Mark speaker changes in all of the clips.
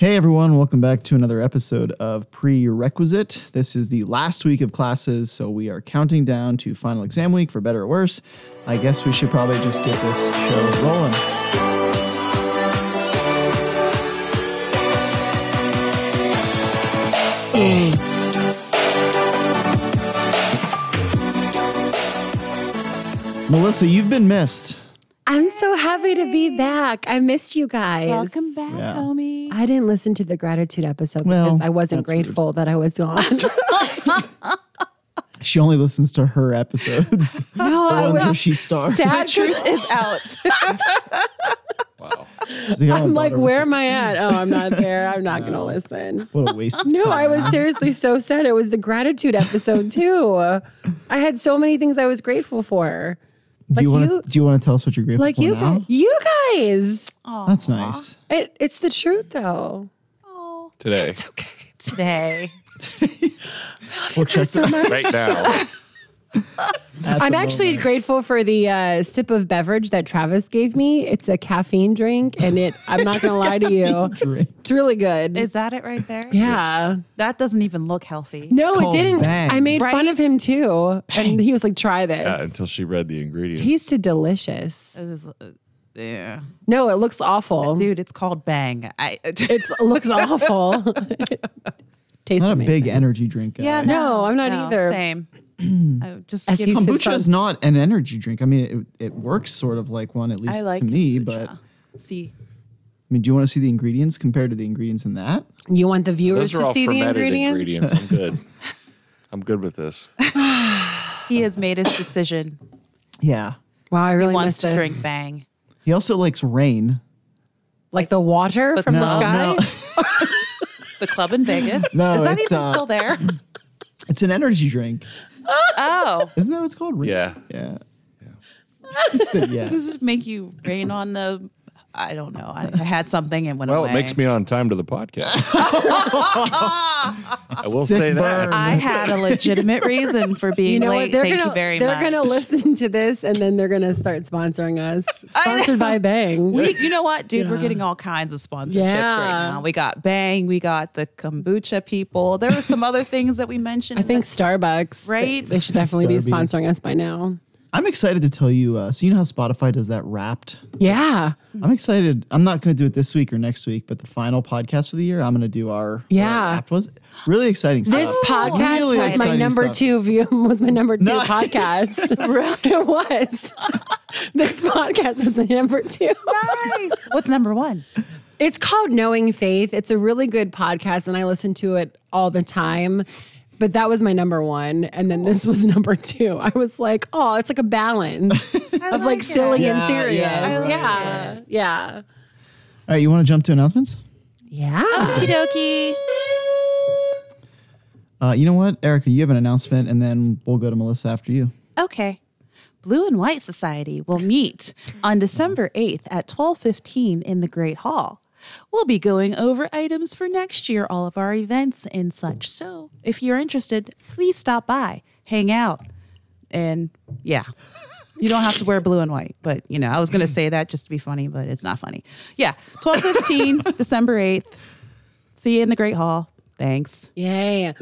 Speaker 1: Hey everyone, welcome back to another episode of Prerequisite. This is the last week of classes, so we are counting down to final exam week for better or worse. I guess we should probably just get this show rolling. Melissa, you've been missed.
Speaker 2: I'm so happy to be back. I missed you guys.
Speaker 3: Welcome back,
Speaker 1: Yeah.
Speaker 3: homie.
Speaker 2: I didn't listen to the gratitude episode
Speaker 1: Well,
Speaker 2: because I wasn't
Speaker 1: that's rude.
Speaker 2: grateful that I was gone.
Speaker 1: She only listens to her episodes.
Speaker 2: no, I
Speaker 1: ones where
Speaker 2: was
Speaker 1: she stars.
Speaker 2: sad.
Speaker 3: Truth is out.
Speaker 1: Oh,
Speaker 2: I'm like, where am I at? Oh, I'm not there. I'm not going to listen.
Speaker 1: What a waste. of
Speaker 2: No, I
Speaker 1: time.
Speaker 2: was seriously so sad. It was the gratitude episode too. I had so many things I was grateful for.
Speaker 1: do you
Speaker 2: like
Speaker 1: want
Speaker 2: you-
Speaker 1: to do you want to tell us what you're grateful
Speaker 2: Like
Speaker 1: for
Speaker 2: you
Speaker 1: now?
Speaker 2: guys. You guys.
Speaker 1: That's nice.
Speaker 2: It, it's the truth though.
Speaker 4: today,
Speaker 2: Okay.
Speaker 3: Today.
Speaker 1: We'll check
Speaker 2: So much.
Speaker 4: right now.
Speaker 1: at
Speaker 2: I'm
Speaker 1: the
Speaker 2: actually
Speaker 1: moment.
Speaker 2: grateful for the uh, sip of beverage that Travis gave me. It's a caffeine drink, and it. I'm not gonna lie to you,
Speaker 1: Drink.
Speaker 2: it's really good.
Speaker 3: Is that it right there?
Speaker 2: yeah.
Speaker 3: That doesn't even look healthy.
Speaker 2: No, it
Speaker 1: called
Speaker 2: didn't.
Speaker 1: Bang.
Speaker 2: I made fun
Speaker 3: Right?
Speaker 2: of him too, and he was like, "Try this."
Speaker 4: Yeah, until she read the ingredients.
Speaker 2: Tasted delicious.
Speaker 3: This is, uh, yeah.
Speaker 2: No, it looks awful.
Speaker 3: Dude, it's called Bang. I,
Speaker 2: It looks awful. Tastes
Speaker 1: not a
Speaker 2: amazing.
Speaker 1: big energy drink. Guy.
Speaker 3: yeah,
Speaker 2: No, I'm not either.
Speaker 3: Same. I would just
Speaker 2: As
Speaker 3: give
Speaker 2: he
Speaker 3: you-
Speaker 2: said-
Speaker 1: kombucha is not an energy drink. I mean, it, it works sort of like one, at least
Speaker 3: I like
Speaker 1: to me. But I
Speaker 3: kombucha. see.
Speaker 1: mean, do you want to see the ingredients compared to the ingredients in that?
Speaker 2: You want the viewers
Speaker 4: Those are
Speaker 2: to
Speaker 4: all
Speaker 2: see the
Speaker 4: fermented
Speaker 2: ingredients?
Speaker 4: ingredients. I'm good. I'm good with this.
Speaker 3: He has made his decision.
Speaker 1: Yeah.
Speaker 2: Wow, I really
Speaker 3: he wants
Speaker 2: missed
Speaker 3: to
Speaker 2: this.
Speaker 3: drink Bang.
Speaker 1: He also likes rain.
Speaker 2: Like the water from the
Speaker 1: no,
Speaker 2: sky.
Speaker 1: no.
Speaker 3: The club in Vegas.
Speaker 1: No,
Speaker 3: is that
Speaker 1: it's,
Speaker 3: even
Speaker 1: uh,
Speaker 3: still there?
Speaker 1: It's an energy drink.
Speaker 3: Oh.
Speaker 1: Isn't that what it's called? Rain?
Speaker 4: Yeah.
Speaker 1: Yeah. He said Yeah.
Speaker 3: Does this make you rain on the I don't know. I, I had something and went
Speaker 4: Well,
Speaker 3: away.
Speaker 4: it makes me on time to the podcast. I will
Speaker 1: Sick
Speaker 4: say
Speaker 1: burn.
Speaker 4: that.
Speaker 3: I had a legitimate reason for being late. Thank
Speaker 2: gonna,
Speaker 3: you very
Speaker 2: they're
Speaker 3: much.
Speaker 2: gonna listen to this and then they're gonna start sponsoring us. Sponsored by Bang.
Speaker 3: We, you know what, dude? We're getting all kinds of sponsorships
Speaker 2: Yeah.
Speaker 3: right now. We got Bang, we got the kombucha people. There were some other things that we mentioned.
Speaker 2: I think Starbucks. they-
Speaker 3: Right?
Speaker 2: They, should definitely be
Speaker 1: Starbucks.
Speaker 2: sponsoring us by now.
Speaker 1: I'm excited to tell you. Uh, so you know how Spotify does that Wrapped
Speaker 2: Yeah.
Speaker 1: I'm excited. I'm not going to do it this week or next week, but the final podcast of the year, I'm going to do our
Speaker 2: Yeah.
Speaker 1: our app was really exciting.
Speaker 2: This
Speaker 3: Oh.
Speaker 1: stuff.
Speaker 2: podcast
Speaker 1: Really
Speaker 2: was my
Speaker 1: exciting
Speaker 2: number
Speaker 1: stuff.
Speaker 2: two view was my number two
Speaker 1: No.
Speaker 2: podcast. it was. this podcast was my number two.
Speaker 3: Nice. What's number one?
Speaker 2: It's called Knowing Faith. It's a really good podcast, and I listen to it all the time. But that was my number one, and then this was number two. I was like, oh, it's like a balance of like,
Speaker 3: like it.
Speaker 2: silly
Speaker 1: Yeah,
Speaker 2: and serious.
Speaker 1: yeah, I
Speaker 2: Yeah,
Speaker 1: like
Speaker 2: yeah, yeah.
Speaker 1: All right, you want to jump to announcements?
Speaker 3: Okie
Speaker 1: Uh, you know what, Erica, you have an announcement, and then we'll go to Melissa after you.
Speaker 3: dokie. Okay. Blue and White Society will meet on December 8th at 12:15 in the Great Hall. We'll be going over items for next year, all of our events and such. So, if you're interested, please stop by, hang out, and yeah. You don't have to wear blue and white, but you know, I was going to say that just to be funny, but it's not funny. Yeah, 12:15 December 8th. See you in the Great Hall. Thanks.
Speaker 2: Yay.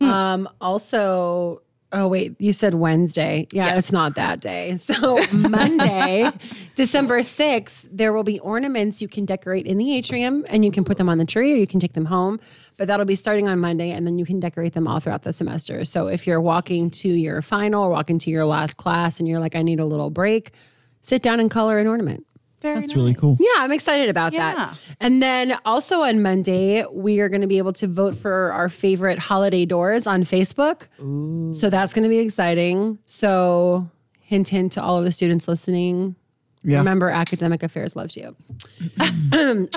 Speaker 2: um, also, oh, wait, you said Wednesday. Yeah, it's not that day. So, Monday, December 6th, there will be ornaments you can decorate in the atrium and you can put them on the tree or you can take them home. But that'll be starting on Monday and then you can decorate them all throughout the semester. So, if you're walking to your final or walking to your last class and you're like, I need a little break, sit down and color an ornament.
Speaker 3: Very
Speaker 1: It's really cool.
Speaker 2: Yeah, I'm excited about
Speaker 3: Yeah.
Speaker 2: that. And then also on Monday, we are going to be able to vote for our favorite holiday doors on Facebook. So that's going to be exciting. So, hint, hint to all of the students listening.
Speaker 1: Yeah.
Speaker 2: Remember, Academic Affairs loves you.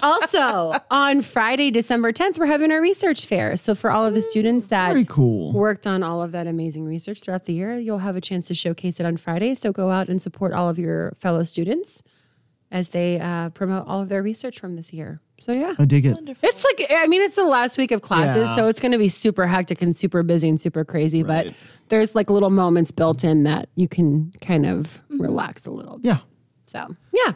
Speaker 2: also, on Friday, December 10th, we're having our research fair. So, for all of the students that
Speaker 1: Very cool.
Speaker 2: worked on all of that amazing research throughout the year. You'll have a chance to showcase it on Friday. So go out and support all of your fellow students as they uh, promote all of their research from this year. So, yeah.
Speaker 1: I dig it.
Speaker 2: It's like, I mean, it's the last week of classes.
Speaker 1: Yeah.
Speaker 2: So it's going to be super hectic and super busy and super crazy. But
Speaker 1: Right.
Speaker 2: there's like little moments built in that you can kind of relax a little bit.
Speaker 1: Yeah.
Speaker 2: So, yeah.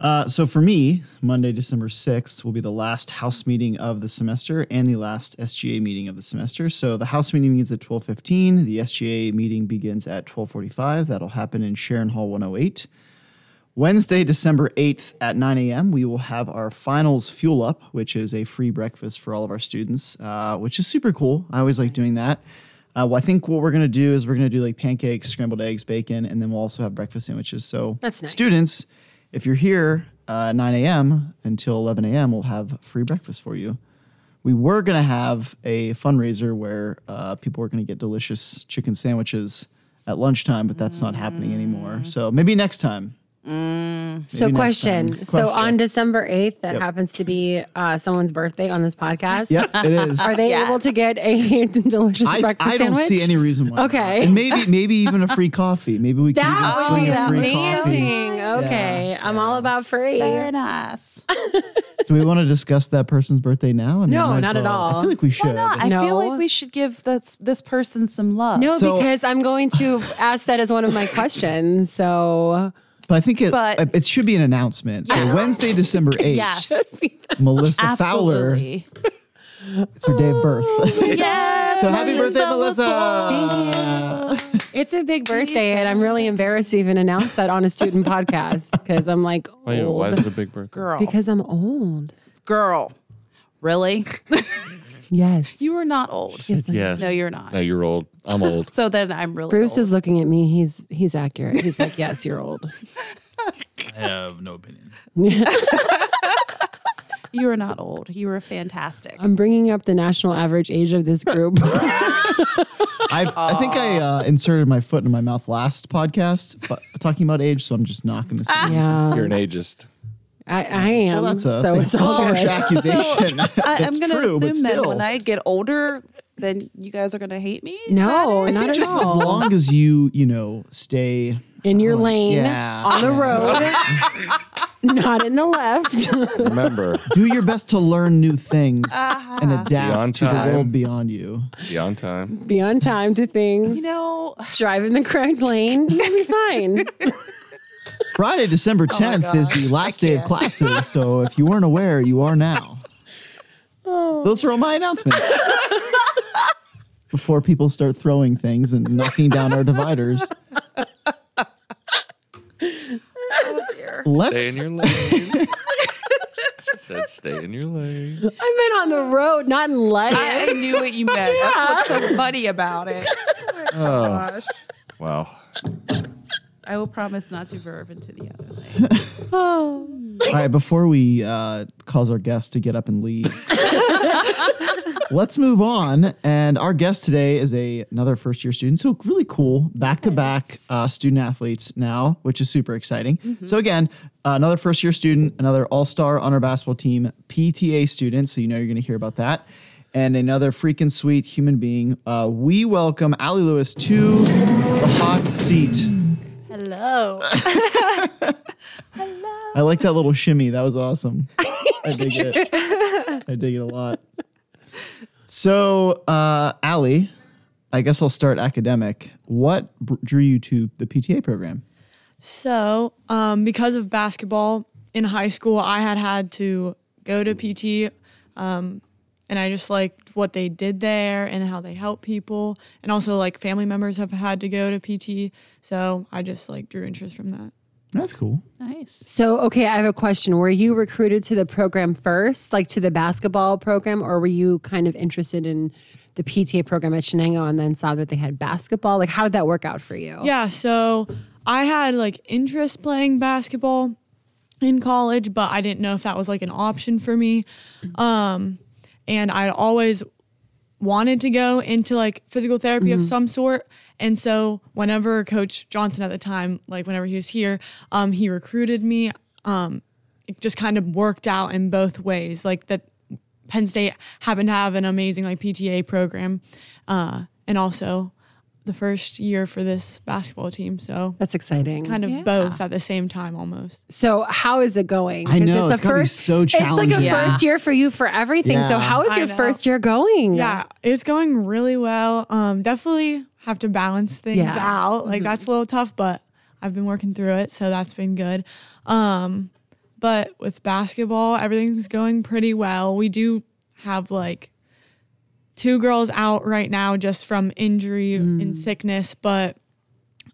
Speaker 1: Uh, so for me, Monday, December 6th will be the last house meeting of the semester and the last SGA meeting of the semester. So the house meeting begins at 12:15, the SGA meeting begins at 12:45. That'll happen in Sharon Hall 108. Wednesday, December 8th at 9 a.m., we will have our finals fuel up, which is a free breakfast for all of our students, uh, which is super cool. I always like doing that. Uh, well, I think what we're going to do is we're going to do like pancakes, scrambled eggs, bacon, and then we'll also have breakfast sandwiches. So,
Speaker 2: That's nice.
Speaker 1: students, if you're here uh, 9 a.m. until 11 a.m., we'll have free breakfast for you. We were going to have a fundraiser where uh, people were going to get delicious chicken sandwiches at lunchtime, but that's not happening
Speaker 2: Mm.
Speaker 1: anymore. So, maybe next time.
Speaker 2: So,
Speaker 1: next
Speaker 2: question.
Speaker 1: time.
Speaker 2: So,
Speaker 1: Question.
Speaker 2: on December 8th, that
Speaker 1: Yep.
Speaker 2: happens to be uh, someone's birthday on this podcast.
Speaker 1: Yep, it is.
Speaker 2: Are they
Speaker 3: Yes.
Speaker 2: able to get a delicious
Speaker 1: I,
Speaker 2: breakfast
Speaker 1: I don't
Speaker 2: sandwich?
Speaker 1: see any reason why. not.
Speaker 2: Okay.
Speaker 1: and maybe maybe even a free coffee. Maybe we can
Speaker 2: that
Speaker 1: just
Speaker 2: would
Speaker 1: swing
Speaker 2: be
Speaker 1: a free coffee.
Speaker 2: amazing. Okay, I'm all about free.
Speaker 3: Very nice.
Speaker 1: Do we want to discuss that person's birthday now? I mean,
Speaker 2: No,
Speaker 1: might as
Speaker 2: not at
Speaker 1: well. I
Speaker 2: all.
Speaker 1: feel like we should.
Speaker 3: Why not? I feel
Speaker 2: No.
Speaker 3: like we should give this this person some love.
Speaker 2: No,
Speaker 1: So-
Speaker 2: because I'm going to ask that as one of my questions. So
Speaker 1: But I think it
Speaker 3: But-
Speaker 1: it should be an announcement. So Wednesday, December eighth,
Speaker 3: Yes.
Speaker 1: Melissa Fowler.
Speaker 3: Absolutely.
Speaker 1: It's her day of birth.
Speaker 3: Yes.
Speaker 1: so happy birthday,
Speaker 3: Oh, was born.
Speaker 1: Melissa!
Speaker 2: it's a big birthday, and I'm really embarrassed to even announce that on a student podcast because I'm like
Speaker 4: Why, why
Speaker 2: old.
Speaker 4: is it a big birthday?
Speaker 3: Girl.
Speaker 2: Because I'm old.
Speaker 3: girl. Really?
Speaker 2: Yes.
Speaker 3: you are not old.
Speaker 2: Yes, I-
Speaker 4: Yes.
Speaker 3: No, you're not.
Speaker 4: No, you're old. I'm old.
Speaker 3: So then I'm really
Speaker 2: Bruce
Speaker 3: old.
Speaker 2: is looking at me. He's he's accurate. He's like, yes, you're old.
Speaker 5: I have no opinion.
Speaker 3: you are not old. You are fantastic.
Speaker 2: I'm bringing up the national average age of this group.
Speaker 1: I, I think I uh, inserted my foot in my mouth last podcast, but talking about age, so I'm just not going to.
Speaker 3: Ah.
Speaker 1: say it.
Speaker 2: yeah,
Speaker 4: You're an ageist.
Speaker 2: I, I am.
Speaker 1: Well, that's a Oh,
Speaker 2: so
Speaker 1: that's
Speaker 2: it's
Speaker 1: a
Speaker 2: all
Speaker 1: harsh
Speaker 2: good.
Speaker 1: accusation.
Speaker 3: I,
Speaker 1: That's
Speaker 3: I'm going to
Speaker 1: true, but
Speaker 3: assume that
Speaker 1: still.
Speaker 3: when I get older, then you guys are going to hate me.
Speaker 2: No,
Speaker 1: I think
Speaker 2: not at
Speaker 1: just
Speaker 2: all.
Speaker 1: as long as you, you know, stay
Speaker 2: in your lane
Speaker 1: yeah.
Speaker 2: on the road, not in the left.
Speaker 4: Remember,
Speaker 1: do your best to learn new things
Speaker 2: Uh-huh.
Speaker 1: and
Speaker 4: on
Speaker 1: adapt to the
Speaker 4: time.
Speaker 1: world beyond you.
Speaker 4: be on time.
Speaker 2: Be on time to things.
Speaker 3: You know,
Speaker 2: drive in the correct lane. You'll be fine.
Speaker 1: Friday, December 10th is the last day of classes, so if you weren't aware, you are now.
Speaker 2: Oh.
Speaker 1: Those are all my announcements. Before people start throwing things and knocking down our dividers.
Speaker 4: Stay in
Speaker 1: Let's
Speaker 4: your lane. she said, stay in your lane.
Speaker 2: I've been on the road, not in life.
Speaker 3: I, I knew what you meant. That's what's so funny about it.
Speaker 4: Wow.
Speaker 3: I will promise not to verve into the other lane.
Speaker 1: All right, before we uh, cause our guest to get up and leave, let's move on. And our guest today is a another first year student. So really cool, back to back uh, student athletes now, which is super exciting. So again, uh, another first year student, another all star on our basketball team, PTA student. So you know you're going to hear about that. And another freaking sweet human being. Uh, we welcome Allie Lewis to the hot seat.
Speaker 6: Hello.
Speaker 1: I like that little shimmy. That was awesome. I dig it. I dig it a lot. So, uh, Allie, I guess I'll start academic. What br- drew you to the PTA program?
Speaker 6: So, um, because of basketball in high school, I had had to go to PT, um, and I just liked what they did there and how they help people, and also like family members have had to go to PT. So I just like drew interest from that.
Speaker 1: That's cool.
Speaker 3: Nice.
Speaker 2: So, okay, I have a question. Were you recruited to the program first, like to the basketball program, or were you kind of interested in the PTA program at Shenango and then saw that they had basketball? Like, how did that work out for you?
Speaker 6: Yeah, so I had like interest playing basketball in college, but I didn't know if that was like an option for me. Um, and I'd always wanted to go into like physical therapy of some sort. And so whenever Coach Johnson at the time, like whenever he was here, um, he recruited me. Um, it just kind of worked out in both ways. Like that Penn State happened to have an amazing like PTA program, uh, and also the first year for this basketball team. So
Speaker 2: That's exciting.
Speaker 6: kind of both at the same time almost.
Speaker 2: so, how is it going?
Speaker 1: I
Speaker 2: 'Cause
Speaker 1: know,
Speaker 2: a
Speaker 1: it's gotta be so
Speaker 2: It's like
Speaker 1: challenging.
Speaker 2: a
Speaker 1: Yeah.
Speaker 2: first year for you for everything. So,
Speaker 1: Yeah.
Speaker 2: how is
Speaker 6: I
Speaker 2: your
Speaker 6: know.
Speaker 2: first year going?
Speaker 6: Yeah, it's going really well. Um, definitely have to balance things
Speaker 2: Yeah.
Speaker 6: out. Like that's a little tough, but I've been working through it, so that's been good. Um, But with basketball, everything's going pretty well. We do have like two girls out right now just from injury and sickness, but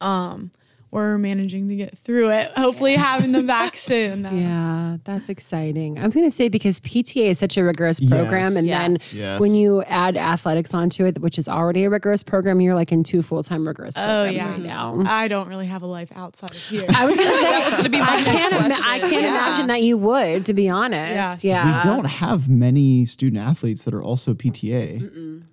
Speaker 6: um we're managing to get through it. Hopefully having them back soon. though.
Speaker 2: Yeah, that's exciting. I was going to say because PTA is such a rigorous program,
Speaker 1: Yes.
Speaker 2: and
Speaker 3: Yes.
Speaker 2: then
Speaker 1: Yes.
Speaker 2: when you add athletics onto it, which is already a rigorous program, you're like in two full time rigorous
Speaker 6: Oh
Speaker 2: programs
Speaker 6: yeah.
Speaker 2: right now.
Speaker 6: I don't really have a life outside of here.
Speaker 2: I was going to say
Speaker 3: was gonna be my
Speaker 2: I can't.
Speaker 3: next
Speaker 2: ima-
Speaker 3: question.
Speaker 2: I can't
Speaker 3: Yeah.
Speaker 2: imagine that you would, to be honest. Yeah,
Speaker 6: Uh,
Speaker 1: We don't have many student athletes that are also PTA.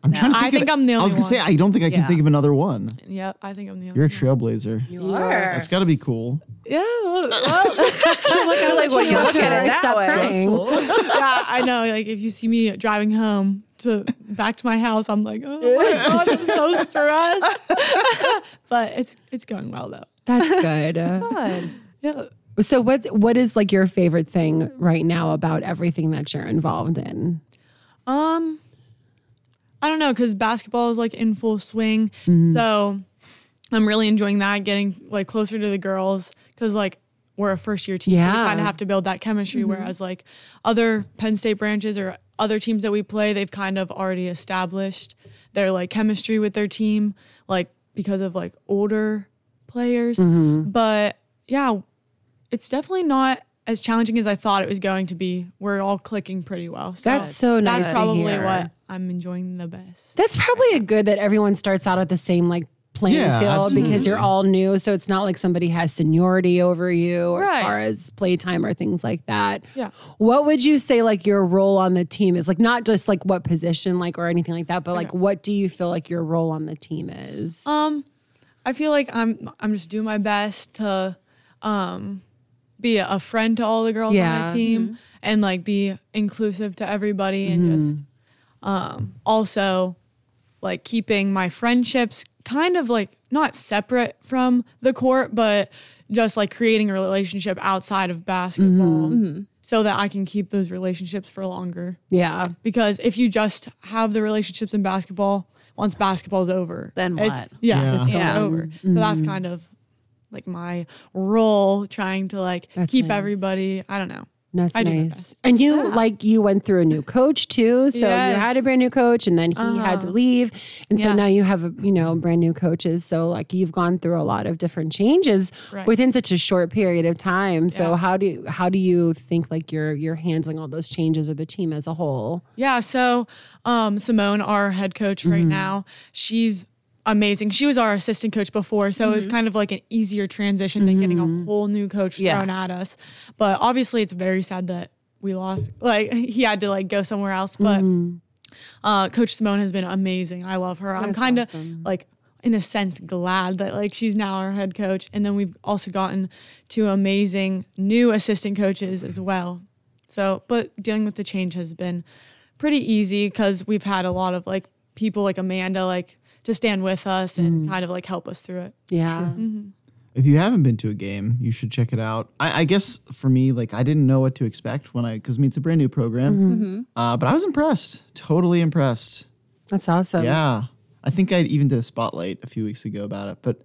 Speaker 1: I'm trying to
Speaker 6: I
Speaker 1: think
Speaker 6: think
Speaker 1: of,
Speaker 6: I'm the
Speaker 1: I was
Speaker 6: only
Speaker 1: gonna say
Speaker 6: one.
Speaker 1: I don't think I can
Speaker 3: Yeah.
Speaker 1: think of another one.
Speaker 6: yep, I think I'm the only
Speaker 1: You're a
Speaker 6: one.
Speaker 1: trailblazer.
Speaker 2: You are.
Speaker 1: That's got to be cool.
Speaker 6: Yeah. whoa, whoa.
Speaker 2: Look at like
Speaker 3: what you look at it that
Speaker 2: Stop
Speaker 3: way.
Speaker 2: crying.
Speaker 6: yeah, I know. Like if you see me driving home to back to my house, I'm like, oh my god, I'm so stressed. but it's it's going well though.
Speaker 2: That's good.
Speaker 6: Yeah.
Speaker 2: So what's what is like your favorite thing right now about everything that you're involved in?
Speaker 6: Um, I don't know because basketball is like in full swing, so I'm really enjoying that. Getting like closer to the girls because like we're a first year team, so
Speaker 2: Yeah.
Speaker 6: we kind of have to build that chemistry. Whereas like other Penn State branches or other teams that we play, they've kind of already established their like chemistry with their team, like because of like older players. But yeah, it's definitely not as challenging as I thought it was going to be. We're all clicking pretty well. So
Speaker 2: That's so nice
Speaker 6: That's
Speaker 2: to
Speaker 6: probably
Speaker 2: hear.
Speaker 6: what I'm enjoying the best.
Speaker 2: That's probably a good that everyone starts out at the same like playing
Speaker 1: Yeah,
Speaker 2: field because you're all new. So it's not like somebody has seniority over you or as
Speaker 6: Right.
Speaker 2: far as playtime or things like that.
Speaker 6: Yeah.
Speaker 2: What would you say like your role on the team is? Like not just like what position like or anything like that, but like what do you feel like your role on the team is?
Speaker 6: Um, I feel like I'm I'm just doing my best to um be a friend to all the girls on
Speaker 2: Yeah. Mm-hmm.
Speaker 6: my team and like be inclusive to everybody and just um also like keeping my friendships kind of like not separate from the court but just like creating a relationship outside of basketball
Speaker 2: Mm-hmm.
Speaker 3: Mm-hmm.
Speaker 6: so that I can keep those relationships for longer
Speaker 2: yeah.
Speaker 6: because if you just have the relationships in basketball, once basketball's over,
Speaker 3: Then
Speaker 6: It's,
Speaker 3: what?
Speaker 6: yeah,
Speaker 1: Yeah.
Speaker 6: it's going
Speaker 3: Yeah.
Speaker 6: over. So that's
Speaker 2: Mm-hmm.
Speaker 6: kind of like my role, trying to like
Speaker 2: That's
Speaker 6: keep
Speaker 2: nice.
Speaker 6: everybody. I don't know.
Speaker 2: That's
Speaker 6: I do my
Speaker 2: nice.
Speaker 6: best.
Speaker 2: And you like you went through a new coach too. So you
Speaker 6: Yes. Uh-huh.
Speaker 2: had a brand new coach and then he had to leave. And so
Speaker 6: Yeah.
Speaker 2: now you have a, you know, brand new coaches. So like you've gone through a lot of different changes
Speaker 6: Right.
Speaker 2: within such a short period of time. So
Speaker 6: Yeah.
Speaker 2: how do you how do you think like you're you're handling all those changes or the team as a whole?
Speaker 6: Yeah. So um, Simone, our head coach right
Speaker 2: Mm-hmm.
Speaker 6: now, she's amazing. She was our assistant coach before, so it
Speaker 3: Mm-hmm.
Speaker 6: was kind of like an easier transition than getting
Speaker 2: Mm-hmm.
Speaker 6: a whole new coach
Speaker 3: Yes.
Speaker 6: thrown at us. But obviously, it's very sad that we lost. Like he had to like go somewhere else. But
Speaker 2: Mm-hmm.
Speaker 6: uh, Coach Simone has been amazing. I love her. I'm kind of like. In a sense, glad that like she's now our head coach, and then we've also gotten two amazing new assistant coaches as well. So, but dealing with the change has been pretty easy because we've had a lot of like people like Amanda like to stand with us and kind of like help us through it.
Speaker 2: Mm. Yeah.
Speaker 6: Mm-hmm.
Speaker 1: If you haven't been to a game, you should check it out. I, I guess for me, like I didn't know what to expect when I because I mean it's a brand new program,
Speaker 2: Mm-hmm.
Speaker 1: uh, but I was impressed, totally impressed.
Speaker 2: That's awesome.
Speaker 1: Yeah, I think I even did a spotlight a few weeks ago about it, but.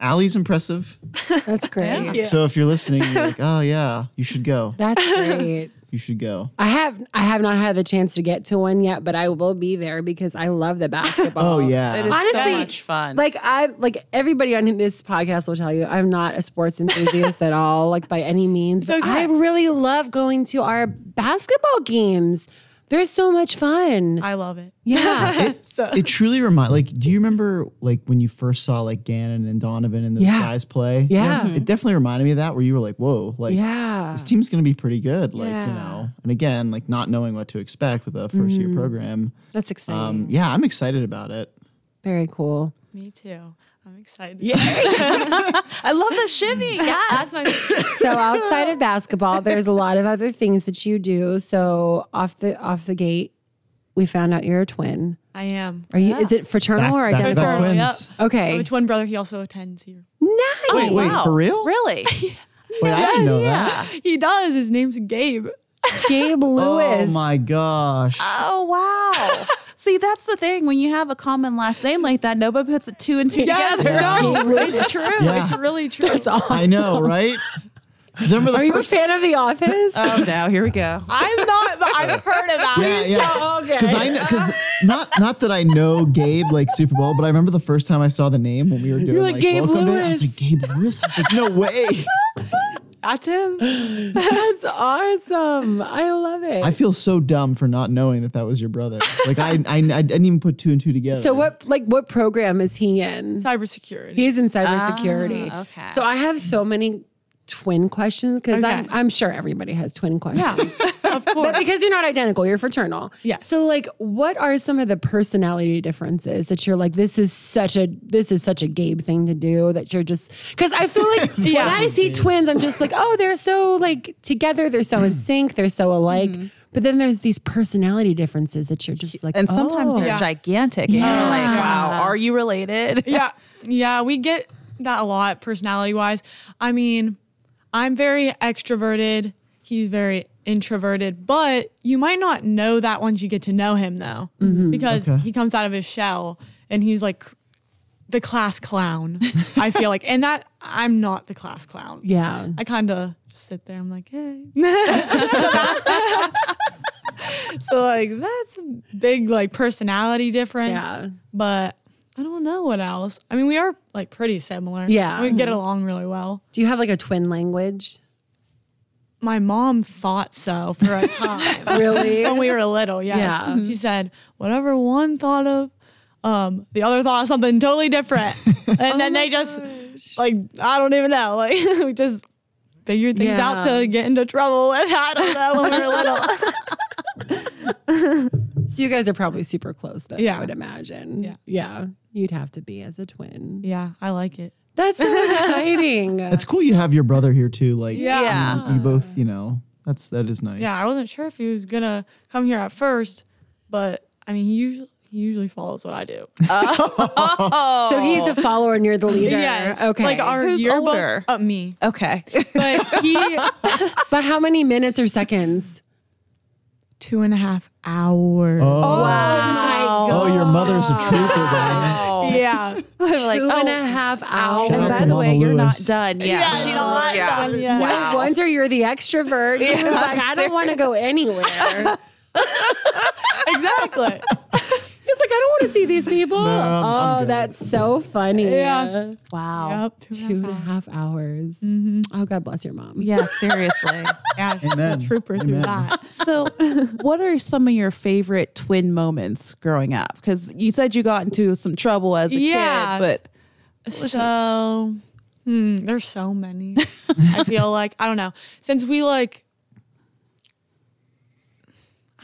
Speaker 1: Allie's impressive.
Speaker 2: That's great.
Speaker 1: So if you're listening, you're like, oh yeah, you should go.
Speaker 2: That's great.
Speaker 1: You should go.
Speaker 2: I have I have not had the chance to get to one yet, but I will be there because I love the basketball.
Speaker 1: Oh yeah.
Speaker 3: It is
Speaker 2: Honestly,
Speaker 3: so much fun.
Speaker 2: Like I like everybody on this podcast will tell you I'm not a sports enthusiast at all, like by any means. But
Speaker 6: okay.
Speaker 2: I really love going to our basketball games. They're so much fun.
Speaker 6: I love it.
Speaker 2: yeah.
Speaker 1: It truly remind like, do you remember like when you first saw like Gannon and Donovan and those
Speaker 2: Yeah.
Speaker 1: guys play?
Speaker 2: Yeah. Mhm.
Speaker 1: It definitely reminded me of that where you were like, whoa, like
Speaker 2: yeah.
Speaker 1: this team's gonna be pretty good. Like, you
Speaker 2: Yeah. Mm.
Speaker 1: know. And again, like not knowing what to expect with a 1st year program.
Speaker 2: That's exciting.
Speaker 1: Um, yeah, I'm excited about it.
Speaker 2: Very cool.
Speaker 6: Me too. I'm excited.
Speaker 3: I love the shimmy. Yes.
Speaker 2: So outside of basketball, there's a lot of other things that you do. So off the off the gate, we found out you're a twin.
Speaker 6: I am.
Speaker 2: Are you is it fraternal or
Speaker 1: Back- back-to-back
Speaker 2: identical?
Speaker 6: Fraternal,
Speaker 1: twins.
Speaker 6: yep. I
Speaker 2: Okay.
Speaker 6: have a twin brother. He also attends here.
Speaker 2: Nice.
Speaker 3: Oh,
Speaker 1: Wait, wait, for real?
Speaker 3: Really?
Speaker 1: Wait, I didn't know that.
Speaker 6: He does. His name's Gabe.
Speaker 2: Gabe Lewis.
Speaker 1: Oh my gosh.
Speaker 3: Oh wow. See, that's the thing. When you have a common last name like that, nobody puts two and two
Speaker 6: Yes,
Speaker 3: together.
Speaker 6: no, it's true.
Speaker 1: Yeah.
Speaker 6: It's really true.
Speaker 2: That's awesome.
Speaker 1: I know, right? December the
Speaker 2: Are you a
Speaker 1: first.
Speaker 2: fan of The Office?
Speaker 3: Oh no, here we go.
Speaker 6: I'm not, but I've heard about
Speaker 1: Yeah,
Speaker 6: it.
Speaker 1: yeah.
Speaker 2: Oh, okay.
Speaker 1: Because I because not not that I know Gabe like Super Bowl, but I remember the first time I saw the name when we were doing
Speaker 3: like, "Gabe
Speaker 1: welcome day, I was like
Speaker 3: Lewis.
Speaker 1: Gabe Lewis. I was like, no way.
Speaker 3: That's him.
Speaker 2: That's awesome. I love it.
Speaker 1: I feel so dumb for not knowing that that was your brother. Like I I, I didn't even put two and two together.
Speaker 2: so what like what program is he in?
Speaker 6: Cybersecurity.
Speaker 2: He's in cybersecurity.
Speaker 3: Ah, okay.
Speaker 2: So I have so many twin questions because I'm,
Speaker 6: Okay.
Speaker 2: I'm sure everybody has twin questions.
Speaker 6: yeah, of
Speaker 2: But
Speaker 6: course.
Speaker 2: because you're not identical, you're fraternal.
Speaker 6: Yeah.
Speaker 2: So like what are some of the personality differences that you're like, this is such a this is such a Gabe thing to do that you're just because I feel like when I see twins, I'm just like, oh, they're so like together, they're so in sync, they're so alike. But then there's these personality differences that you're just like
Speaker 3: And sometimes
Speaker 2: oh.
Speaker 3: they're
Speaker 6: Yeah.
Speaker 3: gigantic. Yeah. And you're like, wow, are you related?
Speaker 6: yeah, yeah, we get that a lot personality wise. I mean, I'm very extroverted. He's very introverted, but you might not know that once you get to know him though, because
Speaker 1: Okay.
Speaker 6: he comes out of his shell and he's like the class clown. I feel like, and that I'm not the class clown.
Speaker 2: yeah.
Speaker 6: I kind of just sit there. I'm like, hey. so like that's a big like personality difference.
Speaker 2: Yeah.
Speaker 6: But I don't know what else. I mean, we are like pretty similar.
Speaker 2: Yeah.
Speaker 6: We get along really well.
Speaker 2: Do you have like a twin language?
Speaker 6: My mom thought so for a time.
Speaker 2: Really?
Speaker 6: when we were little, yes.
Speaker 2: Yeah.
Speaker 3: Mm-hmm.
Speaker 6: She said, whatever one thought of, um, the other thought of something totally different. And
Speaker 3: Oh
Speaker 6: then they just, like, I don't even know. Like, we just figured things out
Speaker 2: Yeah.
Speaker 6: to get into trouble with. I don't know when we were little.
Speaker 2: So you guys are probably super close then, I
Speaker 6: Yeah.
Speaker 2: would imagine.
Speaker 6: Yeah.
Speaker 2: Yeah. You'd have to be as a twin.
Speaker 6: yeah, I like it.
Speaker 2: That's so exciting.
Speaker 1: That's cool. You have your brother here too. Like
Speaker 6: Yeah.
Speaker 3: Yeah.
Speaker 1: you both. You know that's that is nice.
Speaker 6: Yeah, I wasn't sure if he was going to come here at first, but I mean, he usually, he usually follows what I do.
Speaker 2: So he's the follower and you're the leader.
Speaker 6: Yes.
Speaker 2: Okay.
Speaker 6: Like our
Speaker 3: Who's
Speaker 6: yearbook.
Speaker 3: older?
Speaker 6: Uh, me.
Speaker 3: Okay.
Speaker 6: But he,
Speaker 2: but how many minutes or seconds?
Speaker 6: two and a half hours.
Speaker 1: Oh,
Speaker 2: Wow.
Speaker 1: oh, your mother's a
Speaker 2: Oh.
Speaker 1: trooper. Then.
Speaker 3: Oh.
Speaker 6: Yeah.
Speaker 3: like,
Speaker 2: Two and
Speaker 3: oh.
Speaker 2: a half hours.
Speaker 1: Shout
Speaker 3: And
Speaker 1: out
Speaker 3: by
Speaker 1: to
Speaker 3: the
Speaker 1: Mama
Speaker 3: way, you're not
Speaker 1: Lewis.
Speaker 3: done. Yeah.
Speaker 6: Yeah,
Speaker 3: she's
Speaker 6: she's not
Speaker 3: yeah.
Speaker 6: done yet.
Speaker 3: Wow.
Speaker 2: No wonder you're the extrovert. He was like, I don't want to go anywhere. He's like,
Speaker 6: exactly.
Speaker 2: I don't want to see these people.
Speaker 1: I'm- I'm
Speaker 2: oh,
Speaker 1: good.
Speaker 2: that's so funny.
Speaker 6: Yeah.
Speaker 3: Wow.
Speaker 6: Yep.
Speaker 2: Two and a half hours. Oh, God bless your mom.
Speaker 3: Yeah, seriously.
Speaker 6: Yeah, she's
Speaker 1: Amen.
Speaker 6: a trooper through
Speaker 1: Amen.
Speaker 6: that.
Speaker 3: so, what are some of your favorite twin moments growing up? Because you said you got into some trouble as a
Speaker 6: Yeah.
Speaker 3: kid, but
Speaker 6: So, hmm, there's so many. I feel like I don't know. Since we like,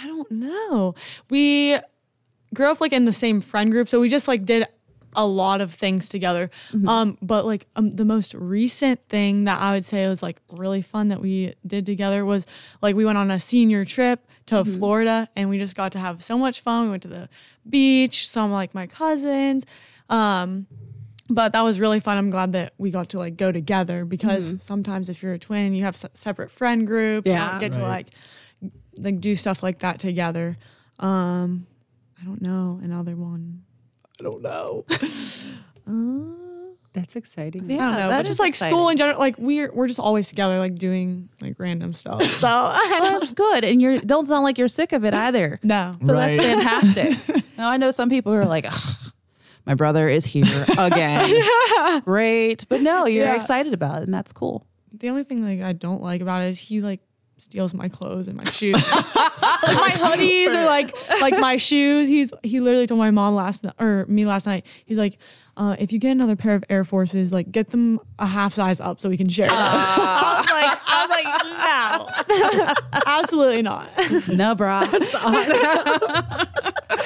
Speaker 6: I don't know. We grew up like in the same friend group, so we just like did a lot of things together. Um, but like um, the most recent thing that I would say was like really fun that we did together was like we went on a senior trip to Florida and we just got to have so much fun. We went to the beach, some like my cousins. Um, but that was really fun. I'm glad that we got to like go together because sometimes if you're a twin, you have se- separate friend group. You
Speaker 2: Yeah.
Speaker 6: don't get to like like do stuff like that together. Um, I don't know another one. I don't know.
Speaker 2: That's exciting.
Speaker 6: I don't
Speaker 3: Yeah,
Speaker 6: know.
Speaker 3: that
Speaker 6: But just
Speaker 3: is
Speaker 6: like school
Speaker 3: exciting.
Speaker 6: in general, like we're we're just always together, like doing like random stuff. So
Speaker 3: well, that's good. And you don't sound like you're sick of it either.
Speaker 6: no,
Speaker 3: So that's
Speaker 1: Right.
Speaker 3: fantastic. now I know some people who are like, "Ugh, my brother is here again. Great. But no, you're
Speaker 6: Yeah.
Speaker 3: excited about it and that's cool.
Speaker 6: the only thing like I don't like about it is he like steals my clothes and my shoes, Like, my hoodies or like like my shoes. He's he literally told my mom last night or me last night. He's like. Uh, if you get another pair of Air Forces, like get them a half size up so we can share them. I was like, I was like, no, absolutely not.
Speaker 3: No, bra.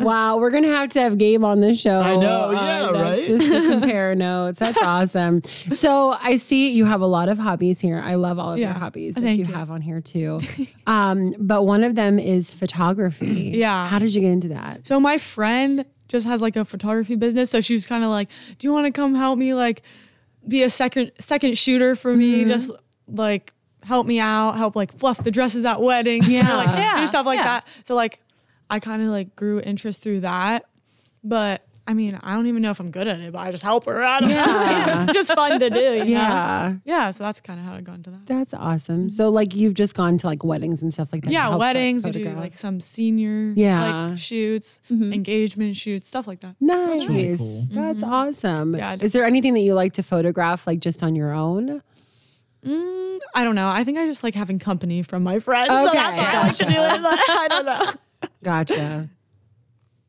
Speaker 2: Wow, we're gonna have to have Gabe on the show. Um,
Speaker 1: I know, yeah,
Speaker 2: that's
Speaker 1: right?
Speaker 2: Just to compare notes. That's awesome. So I see you have a lot of hobbies here. I love all of your
Speaker 6: Yeah, Oh,
Speaker 2: hobbies that
Speaker 6: thank
Speaker 2: you,
Speaker 6: you.
Speaker 2: have on here too. Um, but one of them is photography.
Speaker 6: Yeah.
Speaker 2: How did you get into that?
Speaker 6: So my friend just has like a photography business, so she was kind of like, "Do you want to come help me like be a second second shooter for me?
Speaker 2: Mm-hmm.
Speaker 6: Just like help me out, help like fluff the dresses at weddings, yeah, like
Speaker 3: Yeah.
Speaker 6: do stuff like
Speaker 3: Yeah.
Speaker 6: that." So like I kind of like grew interest through that, but I I mean, I don't even know if I'm good at it, but I just help her. I don't
Speaker 2: Yeah.
Speaker 6: know. just fun to do. you know?
Speaker 2: Yeah.
Speaker 6: Yeah. So that's kind of how I got into that.
Speaker 2: That's awesome. So like you've just gone to like weddings and stuff like that. to
Speaker 6: yeah.
Speaker 2: help
Speaker 6: Weddings. We do
Speaker 2: photograph.
Speaker 6: like some senior
Speaker 2: Yeah. Mm-hmm.
Speaker 6: like shoots, engagement shoots, stuff like that.
Speaker 2: nice.
Speaker 1: really cool.
Speaker 2: That's awesome.
Speaker 6: Mm-hmm. Yeah, I do.
Speaker 2: Is there anything that you like to photograph like just on your own?
Speaker 6: Mm, I don't know. I think I just like having company from my friends.
Speaker 3: Uh,
Speaker 6: So
Speaker 2: Okay,
Speaker 6: that's what I like to do. I don't know.
Speaker 2: Gotcha.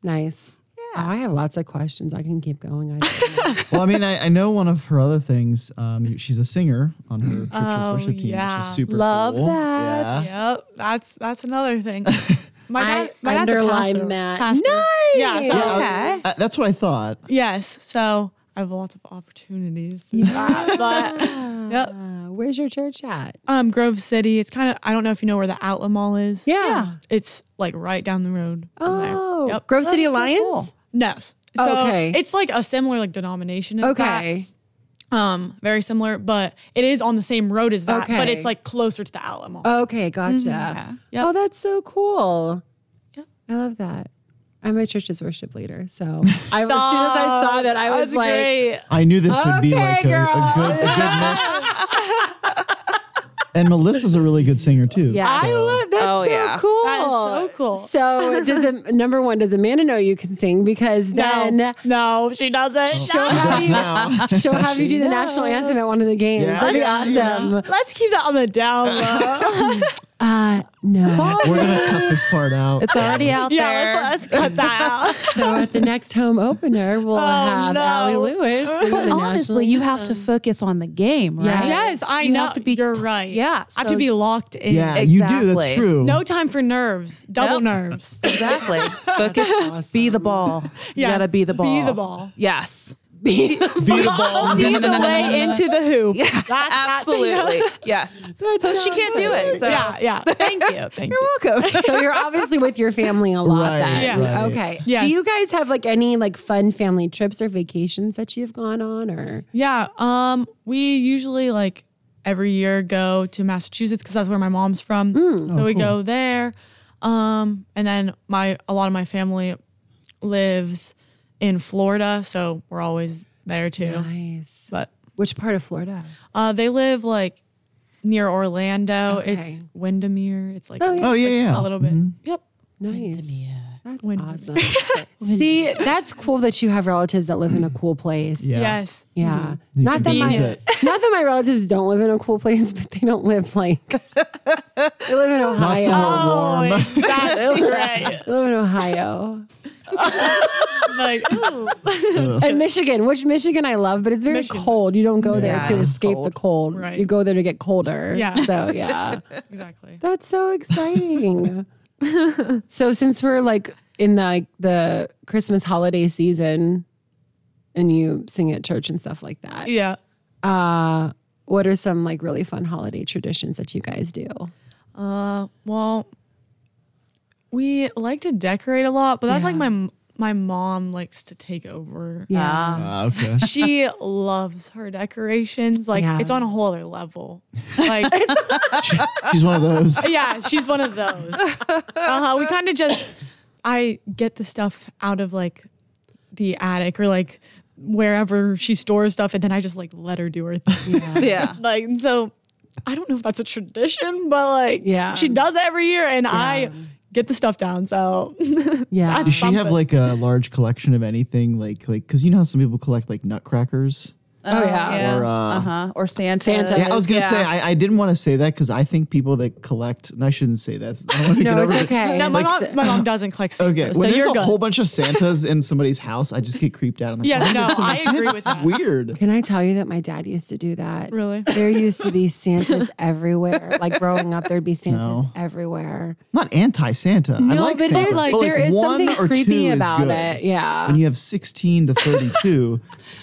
Speaker 2: nice. Yeah. I have lots of questions. I can keep going. I don't know.
Speaker 1: well, I mean, I, I know one of her other things. Um, she's a singer on her church's
Speaker 6: Oh,
Speaker 1: worship team,
Speaker 6: yeah.
Speaker 1: which is super
Speaker 3: Love
Speaker 1: cool.
Speaker 3: that.
Speaker 1: Yeah.
Speaker 6: Yep, that's that's another thing. My
Speaker 2: I
Speaker 6: dad, my dad's a
Speaker 2: underline
Speaker 6: pastor-
Speaker 2: that.
Speaker 6: pastor. Yeah, so
Speaker 1: Yeah,
Speaker 3: Okay.
Speaker 1: Uh, that's what I thought.
Speaker 6: yes, so I have lots of opportunities. Yeah, but yep.
Speaker 2: Uh, where's your church at?
Speaker 6: Um, Grove City. It's kind of I don't know if you know where the Outlet Mall is.
Speaker 2: Yeah.
Speaker 6: it's like right down the road. from there.
Speaker 2: Oh, Grove City Alliance.
Speaker 6: No, s- so
Speaker 2: Okay.
Speaker 6: it's like a similar like denomination. As okay,
Speaker 2: Okay.
Speaker 6: um, very similar, but it is on the same road as that, but
Speaker 2: Okay. Oh,
Speaker 6: it's like closer to the Outlet Mall.
Speaker 2: Okay. Gotcha.
Speaker 6: Yep.
Speaker 2: Oh, that's so cool.
Speaker 6: Yep.
Speaker 2: I love that. I'm my church's worship leader. So I, as soon as I saw that, I was
Speaker 6: That's
Speaker 2: like,
Speaker 6: great.
Speaker 1: I knew this would be
Speaker 2: Okay,
Speaker 1: like a, a
Speaker 2: girl.
Speaker 1: good, a good mix. and Melissa's a really good singer too.
Speaker 3: Yeah.
Speaker 2: I love that's
Speaker 3: Oh,
Speaker 2: so
Speaker 3: yeah.
Speaker 2: cool.
Speaker 6: That is so cool.
Speaker 2: So does it, number one, does Amanda know you can sing? Because then
Speaker 6: no, she doesn't.
Speaker 2: she'll have
Speaker 1: Just
Speaker 2: you
Speaker 1: now.
Speaker 2: she'll have you do the national anthem at one of the games.
Speaker 1: Yeah.
Speaker 2: That'd be
Speaker 1: Yeah.
Speaker 2: awesome.
Speaker 6: Let's keep that on the down low.
Speaker 2: Uh no.
Speaker 1: We're gonna cut this part out.
Speaker 3: It's already out there.
Speaker 6: yeah, let's, let's cut that out.
Speaker 2: So at the next home opener, we'll have
Speaker 6: no.
Speaker 2: Allie Lewis. sing the
Speaker 3: But
Speaker 2: national
Speaker 3: honestly, you have to focus on the game,
Speaker 2: Yeah.
Speaker 3: right?
Speaker 6: yes, I
Speaker 3: You
Speaker 6: know.
Speaker 3: have to be-
Speaker 6: You're right.
Speaker 3: Yeah,
Speaker 6: I have
Speaker 3: so-
Speaker 6: to be locked in.
Speaker 1: yeah, you do. That's
Speaker 3: Exactly.
Speaker 1: true.
Speaker 6: No time for nerves. Double nerves.
Speaker 3: Exactly. Focus. Be the ball. You
Speaker 6: Yes.
Speaker 3: gotta be the ball.
Speaker 6: Be the ball.
Speaker 3: Yes.
Speaker 1: Be the ball.
Speaker 6: See the way into the hoop. Yeah,
Speaker 3: Absolutely. yes. So she can't do it. So
Speaker 6: yeah, yeah. Thank you. Thank you.
Speaker 3: you're welcome.
Speaker 2: So you're obviously with your family a lot
Speaker 1: Right,
Speaker 2: then.
Speaker 1: Yeah. right.
Speaker 2: Okay.
Speaker 6: Yes.
Speaker 2: Do you guys have like any like fun family trips or vacations that you've gone on or
Speaker 6: Yeah. Um, we usually like every year go to Massachusetts because that's where my mom's from. so
Speaker 3: Oh,
Speaker 6: we go there. Um, and then my a lot of my family lives in Florida, so we're always there too.
Speaker 2: nice.
Speaker 6: But
Speaker 2: Which part of Florida?
Speaker 6: uh, they live like near Orlando. It's
Speaker 2: Okay.
Speaker 6: Windermere. It's like
Speaker 1: Oh yeah, yeah. Mm-hmm.
Speaker 6: a little bit. Yep.
Speaker 2: Nice. That's awesome. See, that's cool that you have relatives that live in a cool place.
Speaker 1: Yeah.
Speaker 6: Yes.
Speaker 2: Yeah.
Speaker 6: Mm-hmm.
Speaker 2: Not that
Speaker 1: can
Speaker 2: my
Speaker 1: change it.
Speaker 2: not that my relatives don't live in a cool place, but they don't live like they live in
Speaker 1: Not
Speaker 2: Ohio.
Speaker 1: so
Speaker 6: Oh.
Speaker 1: warm.
Speaker 6: That's right.
Speaker 2: They live in Ohio
Speaker 6: Like, ooh.
Speaker 2: and Michigan, which Michigan I love, but it's very
Speaker 6: Michigan.
Speaker 2: cold. You don't go there
Speaker 3: Yeah,
Speaker 2: to
Speaker 3: it's
Speaker 2: escape the cold.
Speaker 6: Right.
Speaker 2: You go there to get colder.
Speaker 6: Yeah.
Speaker 2: So yeah,
Speaker 6: exactly.
Speaker 2: that's so exciting. so since we're like in the the Christmas holiday season, and you sing at church and stuff like that,
Speaker 6: Yeah.
Speaker 2: uh, what are some like really fun holiday traditions that you guys do?
Speaker 6: Uh, well, we like to decorate a lot, but that's like my m- my mom likes to take over.
Speaker 2: Yeah.
Speaker 1: Ah, okay.
Speaker 6: She loves her decorations. Like
Speaker 2: Yeah.
Speaker 6: it's on a whole other level. Like
Speaker 1: She's one of those.
Speaker 6: yeah, she's one of those. Uh-huh. We kind of just I get the stuff out of like the attic or like wherever she stores stuff and then I just like let her do her thing.
Speaker 3: Yeah.
Speaker 6: Like and so I don't know if that's a tradition, but like
Speaker 2: Yeah.
Speaker 6: she does it every year and I get the stuff down. So
Speaker 2: Yeah.
Speaker 1: Does she have
Speaker 6: Something.
Speaker 1: like a large collection of anything? Like like because you know how some people collect like nutcrackers.
Speaker 3: Oh yeah.
Speaker 1: Or, uh,
Speaker 3: huh. Or Santa.
Speaker 2: Santa.
Speaker 1: Yeah, I was gonna
Speaker 3: Yeah.
Speaker 1: say I, I didn't want to say that because I think people that collect. and I shouldn't say that. I don't want to get over it.
Speaker 6: No, my mom, my mom doesn't collect Santas,
Speaker 1: Okay,
Speaker 6: so
Speaker 1: when there's
Speaker 6: you're
Speaker 1: a
Speaker 6: good.
Speaker 1: whole bunch of Santas in somebody's house, I just get creeped out. I'm like,
Speaker 6: yes,
Speaker 1: "Why
Speaker 6: no,
Speaker 1: is
Speaker 6: I agree with
Speaker 1: this
Speaker 6: that.
Speaker 1: weird?
Speaker 2: Can I tell you that my dad used to do that?
Speaker 6: Really?
Speaker 2: There used to be Santas everywhere. Like growing up, there'd be Santas
Speaker 1: No.
Speaker 2: everywhere.
Speaker 1: I'm not anti-Santa. I like
Speaker 2: but
Speaker 1: Santa.
Speaker 2: there's like,
Speaker 1: but
Speaker 2: there is
Speaker 1: one
Speaker 2: something
Speaker 1: or two
Speaker 2: creepy
Speaker 1: is
Speaker 2: about
Speaker 1: good.
Speaker 2: it. Yeah.
Speaker 1: When you have 16 to 32,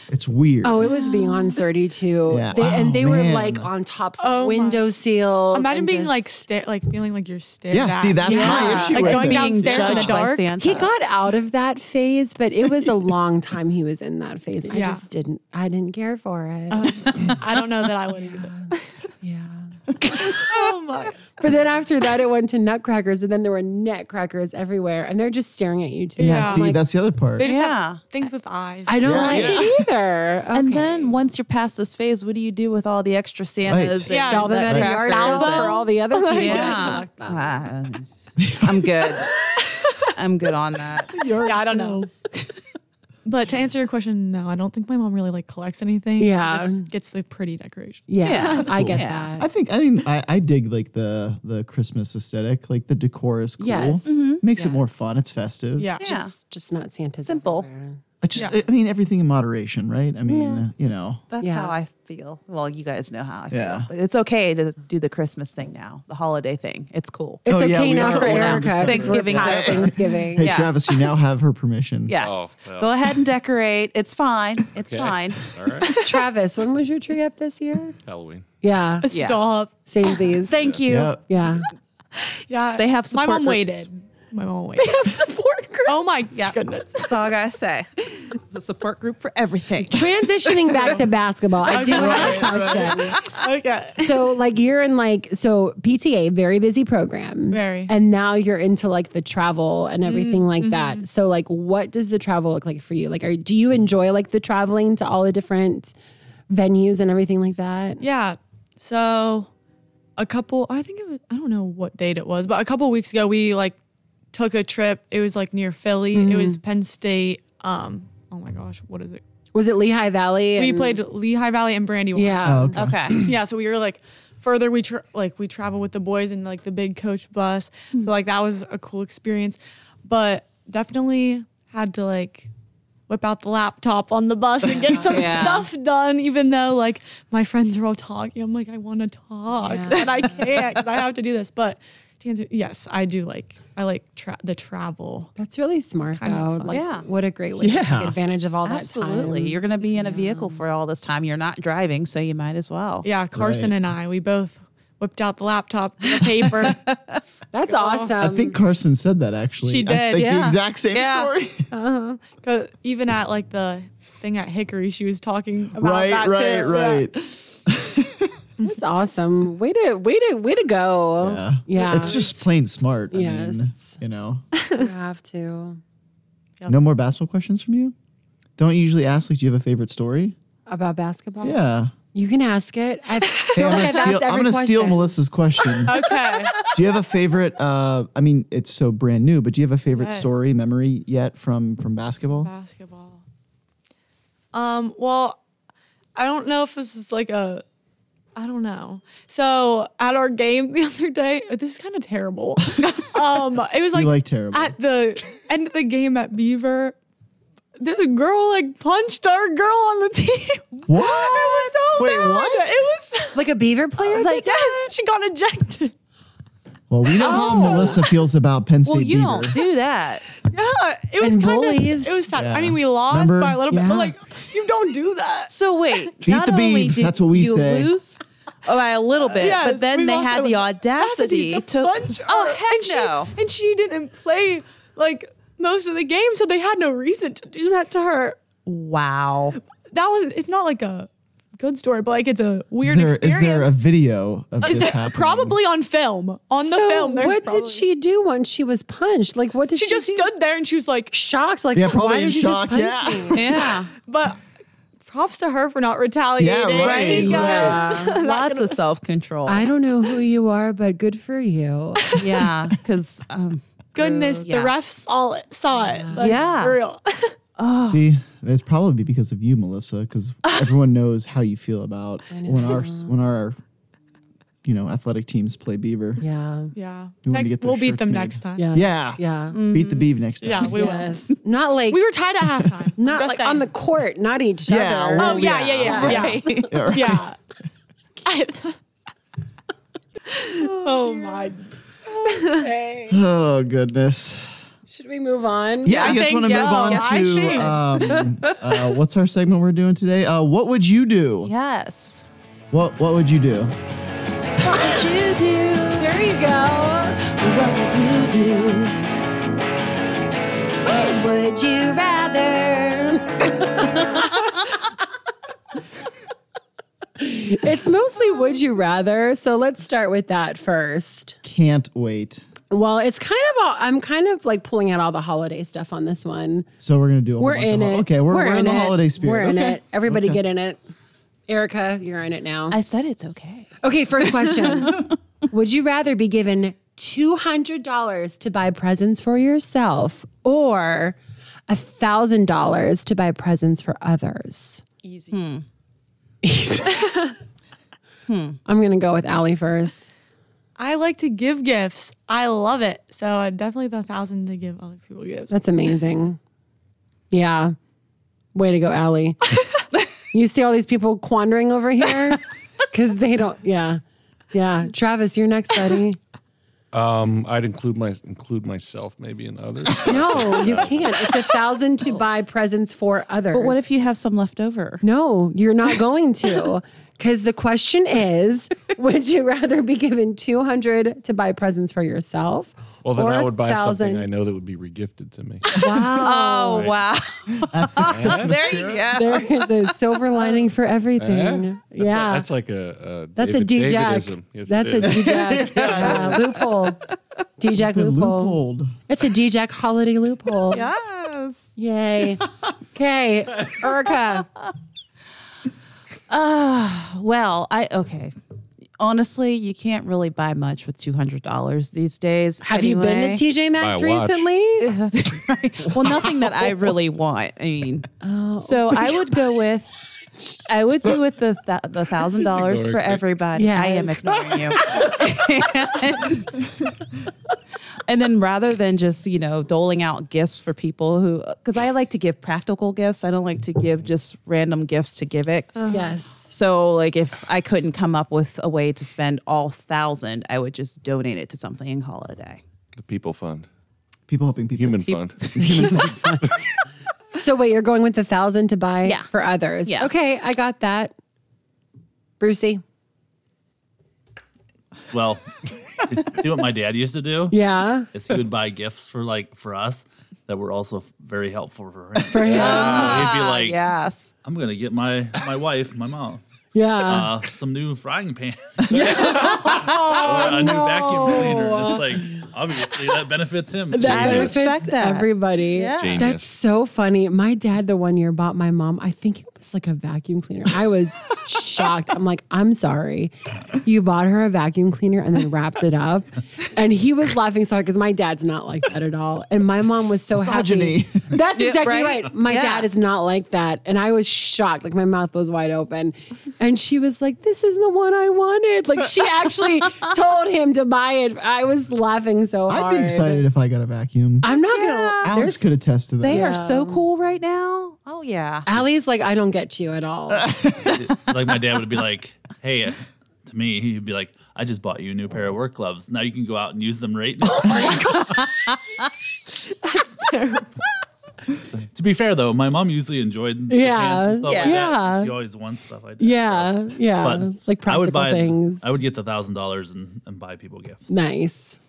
Speaker 1: it's weird.
Speaker 2: Oh, it was beyond 32.
Speaker 1: Yeah.
Speaker 2: They, and
Speaker 1: Oh,
Speaker 2: they were
Speaker 1: man.
Speaker 2: like on tops
Speaker 6: Oh,
Speaker 2: of
Speaker 6: my-
Speaker 2: window seals.
Speaker 6: Imagine
Speaker 2: and
Speaker 6: being
Speaker 2: just-
Speaker 6: like sta- like feeling like you're staring.
Speaker 1: yeah. See, that's my
Speaker 2: Yeah.
Speaker 1: issue.
Speaker 6: Like
Speaker 1: with
Speaker 6: going
Speaker 1: it.
Speaker 6: down- Downstairs in the dark.
Speaker 3: Santa.
Speaker 2: He got out of that phase, but it was a long time he was in that phase. I
Speaker 6: Yeah.
Speaker 2: just didn't I didn't care for it.
Speaker 6: I don't know that I would either.
Speaker 2: yeah.
Speaker 6: oh my.
Speaker 2: But then after that, it went to nutcrackers, and then there were net crackers everywhere, and they're just staring at you too.
Speaker 6: Yeah.
Speaker 2: I'm
Speaker 6: See,
Speaker 2: like,
Speaker 1: that's the other part.
Speaker 6: They just
Speaker 3: Yeah.
Speaker 6: have things with eyes.
Speaker 2: I don't
Speaker 1: Yeah.
Speaker 2: like it either.
Speaker 3: And
Speaker 2: Okay.
Speaker 3: then once you're past this phase, what do you do with all the extra Santas?
Speaker 1: Right.
Speaker 3: and
Speaker 6: Yeah,
Speaker 3: all the
Speaker 2: that
Speaker 3: nutty
Speaker 2: yard
Speaker 3: crackers
Speaker 2: sale.
Speaker 3: for all the other people?
Speaker 6: Yeah.
Speaker 3: Ah, I'm good. I'm good on that.
Speaker 6: Yeah, I don't know. but to answer your question, no, I don't think my mom really like collects anything. She
Speaker 2: Yeah.
Speaker 6: just gets the pretty decoration.
Speaker 2: yeah,
Speaker 3: Yeah, that's
Speaker 2: I get
Speaker 3: cool.
Speaker 1: I
Speaker 2: that.
Speaker 1: think I mean I, I dig like the the Christmas aesthetic. Like the decor is cool.
Speaker 2: Yes. Mhm.
Speaker 1: Makes it more
Speaker 2: Yes.
Speaker 1: fun. It's festive.
Speaker 6: Mm-hmm. Yeah.
Speaker 3: Yeah.
Speaker 2: Just, just not Santa's.
Speaker 3: Simple.
Speaker 2: everywhere.
Speaker 1: I just
Speaker 6: Yeah.
Speaker 1: I mean everything in moderation, right? I mean, you know.
Speaker 3: That's
Speaker 2: Yeah.
Speaker 3: how I feel. Well, you guys know how I feel.
Speaker 1: Yeah.
Speaker 3: But it's okay to do the Christmas thing now, the holiday thing. It's cool.
Speaker 2: It's
Speaker 1: Oh,
Speaker 2: okay
Speaker 1: yeah, we
Speaker 2: now
Speaker 1: are
Speaker 2: for
Speaker 1: all around
Speaker 2: Erica. 'cause we're
Speaker 3: Thanksgiving
Speaker 2: past
Speaker 3: is over.
Speaker 2: Thanksgiving.
Speaker 1: Hey
Speaker 3: Yes.
Speaker 1: Travis, you now have her permission.
Speaker 3: yes.
Speaker 4: Oh, well.
Speaker 3: Go ahead and decorate. It's fine. It's
Speaker 4: Okay.
Speaker 3: fine.
Speaker 4: All right.
Speaker 2: Travis, when was your tree up this year?
Speaker 4: Halloween.
Speaker 2: Yeah,
Speaker 3: Yeah.
Speaker 6: Stop.
Speaker 2: same these.
Speaker 3: Thank you.
Speaker 1: Yeah.
Speaker 2: Yeah,
Speaker 6: Yeah.
Speaker 3: They have
Speaker 6: My
Speaker 3: support
Speaker 6: mom
Speaker 3: groups.
Speaker 6: waited. My mom waited.
Speaker 3: They have support groups.
Speaker 6: Oh my
Speaker 3: Yeah.
Speaker 6: goodness.
Speaker 3: That's all I gotta say. It's a support group for everything.
Speaker 2: transitioning back to basketball. I do have a
Speaker 5: Right,
Speaker 2: question.
Speaker 6: Okay.
Speaker 2: So like you're in like so PTA very busy program.
Speaker 6: Very.
Speaker 2: And now you're into like the travel and everything like that. So like what does the travel look like for you? Like are do you enjoy like the traveling to all the different venues and everything like that?
Speaker 6: Yeah. So a couple I think it was I don't know what date it was, but a couple weeks ago we like took a trip. It was like near Philly. It was Penn State. Um oh my gosh, what is it?
Speaker 2: Was it Lehigh Valley?
Speaker 6: We
Speaker 2: and-
Speaker 6: played Lehigh Valley and Brandywine.
Speaker 2: Yeah.
Speaker 3: Okay.
Speaker 6: yeah so we were like further we tra- like we travel with the boys in like the big coach bus so like that was a cool experience but definitely had to like whip out the laptop on the bus and get some
Speaker 3: Yeah.
Speaker 6: stuff done even though like my friends are all talking i'm like i want to talk and i can't because i have to do this but to answer yes i do like i like tra- the travel
Speaker 2: That's really smart
Speaker 6: Kind
Speaker 2: though.
Speaker 6: of
Speaker 2: Like
Speaker 3: Yeah.
Speaker 2: what a great way to
Speaker 1: Yeah.
Speaker 2: take advantage of all that
Speaker 3: Absolutely.
Speaker 2: time.
Speaker 3: You're gonna be in a vehicle for all this time. You're not driving, so you might as well.
Speaker 6: yeah carson
Speaker 1: Right.
Speaker 6: and i we both whipped out the laptop the paper
Speaker 2: That's awesome.
Speaker 1: I think Carson said that actually.
Speaker 6: She
Speaker 1: I
Speaker 6: did,
Speaker 1: think the
Speaker 6: yeah.
Speaker 1: exact same
Speaker 3: Yeah.
Speaker 1: story.
Speaker 6: 'Cause even at like the thing at hickory she was talking about
Speaker 1: right,
Speaker 6: that
Speaker 1: right,
Speaker 6: too. Yeah.
Speaker 1: right.
Speaker 2: That's awesome. Way to way to way to go.
Speaker 1: Yeah.
Speaker 2: Yeah.
Speaker 1: It's just plain smart. I mean,
Speaker 2: Yes.
Speaker 1: you know.
Speaker 2: you have to.
Speaker 1: No more basketball questions from you? Don't you usually ask like do you have a favorite story?
Speaker 2: About basketball?
Speaker 1: Yeah.
Speaker 2: You can ask it. I
Speaker 1: Hey,
Speaker 2: feel
Speaker 1: I'm
Speaker 2: like I've
Speaker 1: gonna, steal,
Speaker 2: asked every
Speaker 1: I'm gonna
Speaker 2: question.
Speaker 1: steal Melissa's question.
Speaker 6: okay
Speaker 1: do you have a favorite uh I mean it's so brand new, but do you have a favorite
Speaker 6: Yes. Uh,
Speaker 1: story memory yet from from basketball?
Speaker 6: Basketball. Um, well, I don't know if this is like a I don't know. So at our game the other day, oh, this is kind of terrible. um, it was like,
Speaker 1: you like terrible.
Speaker 6: at the end of the game at Beaver, this girl like punched our girl on the team.
Speaker 1: what?
Speaker 6: so
Speaker 1: Wait, what?
Speaker 6: It was
Speaker 2: Like a beaver player?
Speaker 6: like yes, she got ejected.
Speaker 1: Well, we know how Melissa feels about Penn State
Speaker 3: Well, you
Speaker 1: Beaver.
Speaker 3: don't do that.
Speaker 6: Yeah, it was
Speaker 2: And
Speaker 6: kind of
Speaker 2: bullies.
Speaker 6: it was sad.
Speaker 1: Yeah.
Speaker 6: I mean, we lost
Speaker 1: Remember?
Speaker 6: by a little bit,
Speaker 2: Yeah.
Speaker 6: but like you don't do that.
Speaker 3: So wait,
Speaker 1: Beat
Speaker 3: not
Speaker 1: the
Speaker 3: only
Speaker 1: beef,
Speaker 3: did
Speaker 1: that's what we
Speaker 3: you
Speaker 1: say.
Speaker 3: lose Oh, by a little bit,
Speaker 6: Yes,
Speaker 3: but then
Speaker 6: we
Speaker 3: they
Speaker 6: lost
Speaker 3: had
Speaker 6: by
Speaker 3: the
Speaker 6: like-
Speaker 3: audacity, to.
Speaker 6: punch her.
Speaker 3: oh heck
Speaker 6: and
Speaker 3: no!
Speaker 6: She, and she didn't play like most of the game, so they had no reason to do that to her.
Speaker 3: wow.
Speaker 6: That was. It's not like a good story, but like it's a
Speaker 1: Is
Speaker 6: weird
Speaker 1: there, is
Speaker 6: experience.
Speaker 1: there a video of
Speaker 6: Is
Speaker 1: this
Speaker 6: there-
Speaker 1: happening?
Speaker 6: probably on film. On the
Speaker 2: So
Speaker 6: film, there's
Speaker 2: what
Speaker 6: probably-
Speaker 2: did she do once she was punched? Like what did she,
Speaker 6: She just
Speaker 2: do?
Speaker 6: stood there and she was like,
Speaker 2: shocked. Like
Speaker 1: Yeah,
Speaker 2: why
Speaker 1: probably in
Speaker 2: did you
Speaker 1: shock.
Speaker 2: just punch
Speaker 1: Yeah.
Speaker 2: me?
Speaker 3: Yeah,
Speaker 6: but. Props to her for not retaliating.
Speaker 1: Yeah, right.
Speaker 6: Because-
Speaker 3: lots of self control.
Speaker 2: I don't know who you are, but good for you.
Speaker 3: Yeah, because um,
Speaker 6: Goodness,
Speaker 3: Yeah.
Speaker 6: the refs saw it. Saw it. Like,
Speaker 3: Yeah.
Speaker 6: for real.
Speaker 1: See, it's probably because of you, Melissa, because everyone knows how you feel about when our when our you know athletic teams play Beaver. Yeah,
Speaker 2: Yeah.
Speaker 1: You
Speaker 6: Yeah.
Speaker 1: wanted to
Speaker 6: Next,
Speaker 1: get their
Speaker 6: we'll beat
Speaker 1: shirts
Speaker 6: them
Speaker 1: made.
Speaker 6: next time.
Speaker 2: Yeah.
Speaker 1: yeah,
Speaker 2: Yeah.
Speaker 1: beat the Beeve next time.
Speaker 6: Yeah, we will.
Speaker 2: Yes. Not like
Speaker 6: Mm. We were tied at halftime.
Speaker 2: not
Speaker 6: Just
Speaker 2: like
Speaker 6: saying.
Speaker 2: on the court, not each
Speaker 1: Yeah,
Speaker 2: other.
Speaker 1: well,
Speaker 6: Oh yeah, yeah, yeah, yeah.
Speaker 1: Yeah, right.
Speaker 6: Yeah. oh my.
Speaker 1: Oh goodness.
Speaker 2: Should we move on?
Speaker 1: Yeah, I just
Speaker 6: think
Speaker 1: want to move
Speaker 6: so.
Speaker 1: on
Speaker 6: Yeah, I should.
Speaker 1: to um, uh, what's our segment we're doing today? Uh, what would you do?
Speaker 3: yes.
Speaker 1: What What would you do?
Speaker 3: What would you do? There you go. What would you do?
Speaker 2: Would you rather? It's mostly would you rather. So let's start with that first.
Speaker 1: Can't wait.
Speaker 2: Well, it's kind of all, I'm kind of like pulling out all the holiday stuff on this one.
Speaker 1: So we're gonna do. A whole
Speaker 2: We're
Speaker 1: bunch
Speaker 2: in
Speaker 1: of, hol-
Speaker 2: it.
Speaker 1: Okay, we're, we're in, the
Speaker 2: it.
Speaker 1: holiday spirit.
Speaker 2: We're in
Speaker 1: Okay.
Speaker 2: it. Everybody
Speaker 1: Okay.
Speaker 2: get in it. Erica, you're in it now.
Speaker 3: I said it's okay.
Speaker 2: Okay, first question. Would you rather be given $200 to buy presents for yourself or $1,000 to buy presents for others?
Speaker 6: Easy.
Speaker 2: I'm going to go with Allie first.
Speaker 6: I like to give gifts. I love it. So I definitely the thousand to give other people gifts.
Speaker 2: That's amazing. Yeah. Way to go, Allie. you see all these people quandering over here because they don't, yeah. Yeah. Travis, you're next, buddy.
Speaker 4: Um, I'd include my include myself maybe in others.
Speaker 2: No, you can't. It's a thousand to buy presents for others.
Speaker 3: But what if you have some left over?
Speaker 2: No, you're not going to. Because the question is would you rather be given 200 to buy presents for yourself?
Speaker 4: well, then
Speaker 2: or
Speaker 4: I would buy something
Speaker 2: 1,000?
Speaker 4: I know that would be regifted to me.
Speaker 2: Wow.
Speaker 5: Oh,
Speaker 3: wow.
Speaker 1: That's the Christmas.
Speaker 3: There you go.
Speaker 2: there is a silver lining for everything.
Speaker 4: Eh? That's
Speaker 2: yeah.
Speaker 4: a, that's like a, a
Speaker 2: That's a
Speaker 4: David-
Speaker 2: D-Jack.
Speaker 4: Davidism. Yes, it
Speaker 2: That's a
Speaker 4: is.
Speaker 2: D-Jack uh, loophole. D-Jack
Speaker 1: The
Speaker 2: loophole.
Speaker 1: loophole.
Speaker 2: It's a D-Jack holiday loophole.
Speaker 3: Yes.
Speaker 2: Yay. Okay. Erica.
Speaker 3: Well, I okay. Honestly, you can't really buy much with two hundred dollars these days.
Speaker 2: Have you been to TJ Maxx
Speaker 4: Buy a watch.
Speaker 2: recently?
Speaker 3: TJ? well, nothing that I really want. I mean, so I Oh. would go with. I would do with the th- the thousand dollars for
Speaker 4: Ignoring me.
Speaker 3: everybody. I am ignoring you. and then rather than just you know doling out gifts for people who, because I like to give practical gifts. I don't like to give just random gifts to give it.
Speaker 2: Yes.
Speaker 3: So, like, if I couldn't come up with a way to spend all thousand, I would just donate it to something and call it a day.
Speaker 4: the people fund,
Speaker 1: People helping people.
Speaker 4: human fund.
Speaker 2: So wait, you're going with the thousand to buy
Speaker 3: Yeah.
Speaker 2: for others.
Speaker 3: Yeah.
Speaker 2: Okay, I got that. Brucey.
Speaker 5: Well, do what my dad used to do.
Speaker 2: Yeah.
Speaker 5: Is he would buy gifts for like for us that were also very helpful for him.
Speaker 2: For him.
Speaker 5: He'd be like,
Speaker 3: Yes.
Speaker 5: "I'm gonna get my my wife, my mom,
Speaker 2: Yeah.
Speaker 5: uh, some new frying pan, or a new vacuum cleaner." It's like obviously that benefits him.
Speaker 2: that
Speaker 4: Genius.
Speaker 2: benefits
Speaker 3: Respect that.
Speaker 2: everybody.
Speaker 4: Genius.
Speaker 2: That's so funny. My dad, the one year, bought my mom, I think it was like a vacuum cleaner. I was shocked. I'm like, I'm sorry. You bought her a vacuum cleaner and then wrapped it up. And he was laughing so hard because my dad's not like that at all. And my mom was so
Speaker 1: Misogyny.
Speaker 2: happy. That's
Speaker 3: Yeah,
Speaker 2: exactly right.
Speaker 3: right?
Speaker 2: My
Speaker 3: Yeah.
Speaker 2: dad is not like that. And I was shocked. Like my mouth was wide open. And she was like, This is the one I wanted. Like she actually told him to buy it. I was laughing so
Speaker 1: I'd
Speaker 2: hard. Uh,
Speaker 1: be excited if I got a vacuum.
Speaker 2: I'm not gonna.
Speaker 1: Alex could attest to that.
Speaker 3: They
Speaker 2: Yeah.
Speaker 3: are so cool right now. Oh, yeah.
Speaker 2: Allie's like, I don't get you at all.
Speaker 5: like my dad would be like, "Hey," uh, to me, he'd be like, "I just bought you a new pair of work gloves. Now you can go out and use them right
Speaker 2: Oh
Speaker 5: now."
Speaker 3: That's terrible.
Speaker 5: to be fair, though, my mom usually enjoyed the
Speaker 2: Yeah,
Speaker 5: pants and stuff like
Speaker 2: yeah.
Speaker 5: that. She always won stuff like that.
Speaker 2: yeah, yeah,
Speaker 5: But
Speaker 2: like practical
Speaker 5: I would buy
Speaker 2: things.
Speaker 5: I would get the thousand dollars and and buy people gifts.
Speaker 2: nice.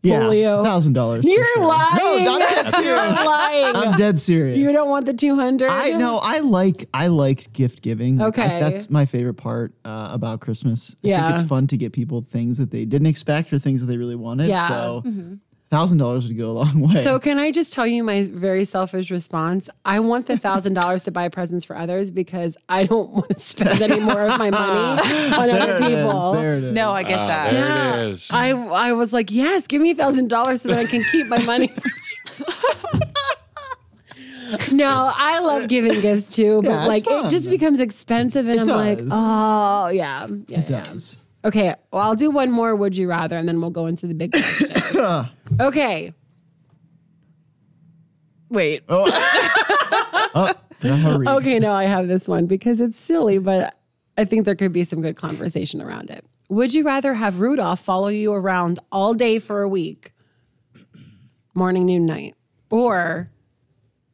Speaker 1: yeah,
Speaker 2: Polio.
Speaker 1: thousand dollars.
Speaker 2: You're lying.
Speaker 1: No, I'm dead serious.
Speaker 2: You're lying.
Speaker 1: I'm dead serious.
Speaker 2: you don't want the two hundred.
Speaker 1: I know. I like. I like gift giving. Like, I-
Speaker 2: Okay.
Speaker 1: that's my favorite part uh, about Christmas. I
Speaker 2: Yeah.
Speaker 1: think it's fun to get people things that they didn't expect or things that they really wanted.
Speaker 2: Yeah. Mm-hmm.
Speaker 1: So, 1000 dollars would go a long way.
Speaker 2: So can I just tell you my very selfish response? I want the thousand dollars to buy presents for others because I don't want to spend any more of my money on
Speaker 1: there
Speaker 2: other
Speaker 1: it is,
Speaker 2: people.
Speaker 1: There it is.
Speaker 3: No, I get that.
Speaker 4: there
Speaker 2: Yeah.
Speaker 4: it is.
Speaker 2: I I was like, yes, give me a thousand dollars so that I can keep my money. for myself." no, I love giving gifts too, but
Speaker 1: Yeah, it's
Speaker 2: like it
Speaker 1: fun.
Speaker 2: just becomes expensive, and I'm like,
Speaker 1: does.
Speaker 2: oh yeah, yeah,
Speaker 1: It
Speaker 2: yeah.
Speaker 1: does.
Speaker 2: Okay, well I'll do one more. Would you rather, and then we'll go into the big question. okay,
Speaker 3: Wait.
Speaker 1: Now, hurry.
Speaker 2: okay, no, I have this one because it's silly, but I think there could be some good conversation around it. Would you rather have Rudolph follow you around all day for a week, morning, noon, night, or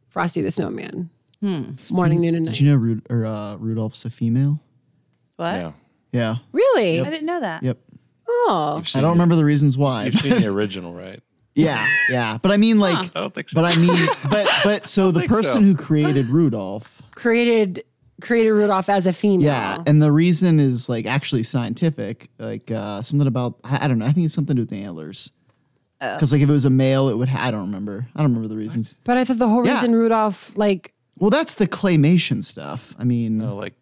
Speaker 2: Frosty the Snowman,
Speaker 1: Hmm.
Speaker 2: morning, noon, and
Speaker 1: Did
Speaker 2: night?
Speaker 1: you know Ru- or, uh, Rudolph's a female?
Speaker 3: What?
Speaker 4: yeah.
Speaker 1: Yeah.
Speaker 2: Really?
Speaker 3: I didn't know that.
Speaker 1: Yep.
Speaker 2: Oh,
Speaker 1: I don't remember the reasons why.
Speaker 4: You've seen the original, right?
Speaker 1: yeah. Yeah. But I mean, like.
Speaker 4: I don't think so.
Speaker 1: But I mean, but but so the
Speaker 4: think so.
Speaker 1: person who created Rudolph
Speaker 2: created created Rudolph as a female.
Speaker 1: Yeah, and the reason is like actually scientific, like uh, something about I, I don't know. I think it's something to do with the antlers.
Speaker 2: Oh.
Speaker 1: Because like if it was a male, it would. Ha- I don't remember. I don't remember the reasons.
Speaker 2: But I thought the whole
Speaker 1: Yeah.
Speaker 2: reason Rudolph, like,
Speaker 1: Well, that's the claymation stuff. I mean,
Speaker 5: Oh,
Speaker 4: No, like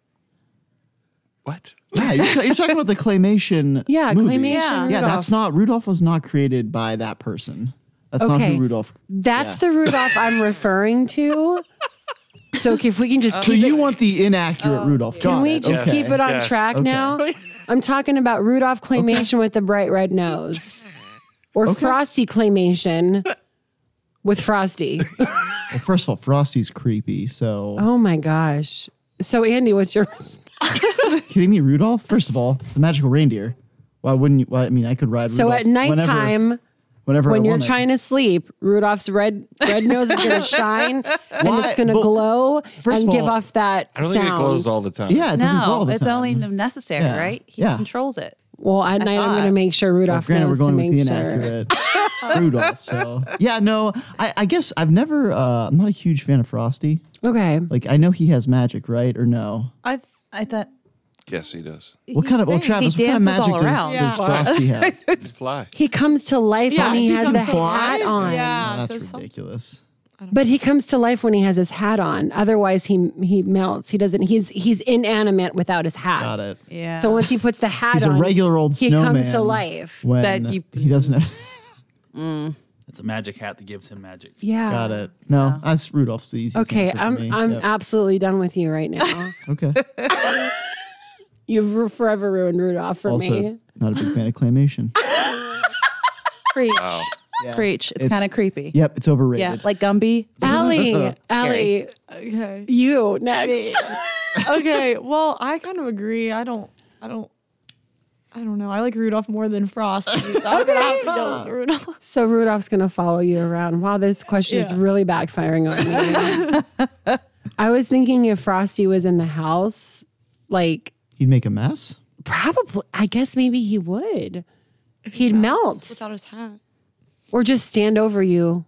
Speaker 4: what?
Speaker 1: yeah, you're, you're talking about the claymation.
Speaker 2: yeah,
Speaker 1: movie.
Speaker 2: claymation.
Speaker 3: Yeah.
Speaker 1: Yeah, that's
Speaker 2: Rudolph.
Speaker 1: not Rudolph was not created by that person. That's not
Speaker 2: Okay.
Speaker 1: who Rudolph.
Speaker 2: That's the Rudolph I'm referring to. So if we can just
Speaker 1: So
Speaker 2: keep it,
Speaker 1: Uh,
Speaker 2: Oh.
Speaker 1: you want the inaccurate Rudolph?
Speaker 2: can
Speaker 1: Got
Speaker 2: we
Speaker 1: it.
Speaker 2: just
Speaker 1: okay.
Speaker 2: keep it on
Speaker 4: Yes.
Speaker 2: track
Speaker 1: Okay.
Speaker 2: now? I'm talking about Rudolph claymation with the bright red nose, or Frosty claymation with Frosty.
Speaker 1: Well, first of all, Frosty's creepy. So
Speaker 2: Oh my gosh! So Andy, what's your response?
Speaker 1: kidding me, Rudolph? First of all, it's a magical reindeer. Why wouldn't you? Why, I mean, I could ride.
Speaker 2: so
Speaker 1: Rudolph
Speaker 2: at nighttime?
Speaker 1: whenever, whenever
Speaker 2: when
Speaker 1: I
Speaker 2: you're
Speaker 1: want it.
Speaker 2: trying to sleep, Rudolph's red red nose is going to shine and
Speaker 1: Why-
Speaker 2: it's going to
Speaker 1: but-
Speaker 2: glow
Speaker 1: first
Speaker 2: and
Speaker 1: of
Speaker 2: give
Speaker 1: all,
Speaker 2: off that
Speaker 4: I don't
Speaker 2: sound.
Speaker 4: think it glows all the time.
Speaker 1: Yeah, it doesn't glow all
Speaker 3: No,
Speaker 1: the
Speaker 3: it's
Speaker 1: time.
Speaker 3: only necessary,
Speaker 1: Yeah.
Speaker 3: right? He
Speaker 1: Yeah.
Speaker 3: controls it.
Speaker 2: well, at night I'm
Speaker 3: thought.
Speaker 2: going to make sure
Speaker 1: Well,
Speaker 2: Rudolph
Speaker 1: granted, we're
Speaker 2: knows
Speaker 1: going with
Speaker 2: to
Speaker 1: the
Speaker 2: make sure.
Speaker 1: inaccurate Rudolph. So yeah, no, I, I guess I've never. Uh, I'm not a huge fan of Frosty.
Speaker 2: Okay,
Speaker 1: Like I know he has magic, right? Or no?
Speaker 3: I th- I thought
Speaker 4: Yes, he does.
Speaker 1: What kind of? Well,
Speaker 3: He
Speaker 1: Travis, what kind of
Speaker 3: dances all
Speaker 1: magic does,
Speaker 3: around.
Speaker 1: does Frosty have?
Speaker 4: He can fly.
Speaker 2: he comes to life
Speaker 6: Yeah,
Speaker 2: when he,
Speaker 6: he
Speaker 2: has
Speaker 6: comes
Speaker 2: the
Speaker 6: to life.
Speaker 2: hat on.
Speaker 6: Yeah.
Speaker 1: Oh, That's
Speaker 6: so some-
Speaker 1: ridiculous.
Speaker 2: But he comes to life when he has his hat on. Otherwise, he he melts. He doesn't. He's he's inanimate without his hat.
Speaker 1: Got it.
Speaker 3: yeah.
Speaker 2: So once he puts the hat
Speaker 1: He's a
Speaker 2: on,
Speaker 1: regular old
Speaker 2: he
Speaker 1: snowman.
Speaker 2: comes to life.
Speaker 1: When
Speaker 3: That you-
Speaker 1: he doesn't.
Speaker 5: It's a magic hat that gives him magic.
Speaker 2: Yeah.
Speaker 1: Got it. No, that's Rudolph's the easiest.
Speaker 2: Okay,
Speaker 1: answer for me.
Speaker 2: I'm I'm
Speaker 1: Yep.
Speaker 2: absolutely done with you right now.
Speaker 1: okay.
Speaker 2: You've ru- forever ruined Rudolph for
Speaker 1: also,
Speaker 2: me.
Speaker 1: not a big fan of claymation.
Speaker 3: preach,
Speaker 4: Wow.
Speaker 1: Yeah.
Speaker 3: preach. It's,
Speaker 1: It's-
Speaker 3: kind of creepy.
Speaker 1: Yep, it's overrated.
Speaker 3: Yeah, like Gumby.
Speaker 2: Allie, Allie,
Speaker 6: Okay.
Speaker 2: you next.
Speaker 6: okay. Well, I kind of agree. I don't. I don't. I don't know. I like Rudolph more than Frosty. So I'm gonna have to go with Rudolph.
Speaker 2: so Rudolph's gonna follow you around. Wow, this question is
Speaker 6: Yeah.
Speaker 2: really backfiring on me. I was thinking if Frosty was in the house, like
Speaker 1: He'd make a mess.
Speaker 2: probably, I guess maybe he would. He'd melt
Speaker 6: Without his hat.
Speaker 2: or just stand over you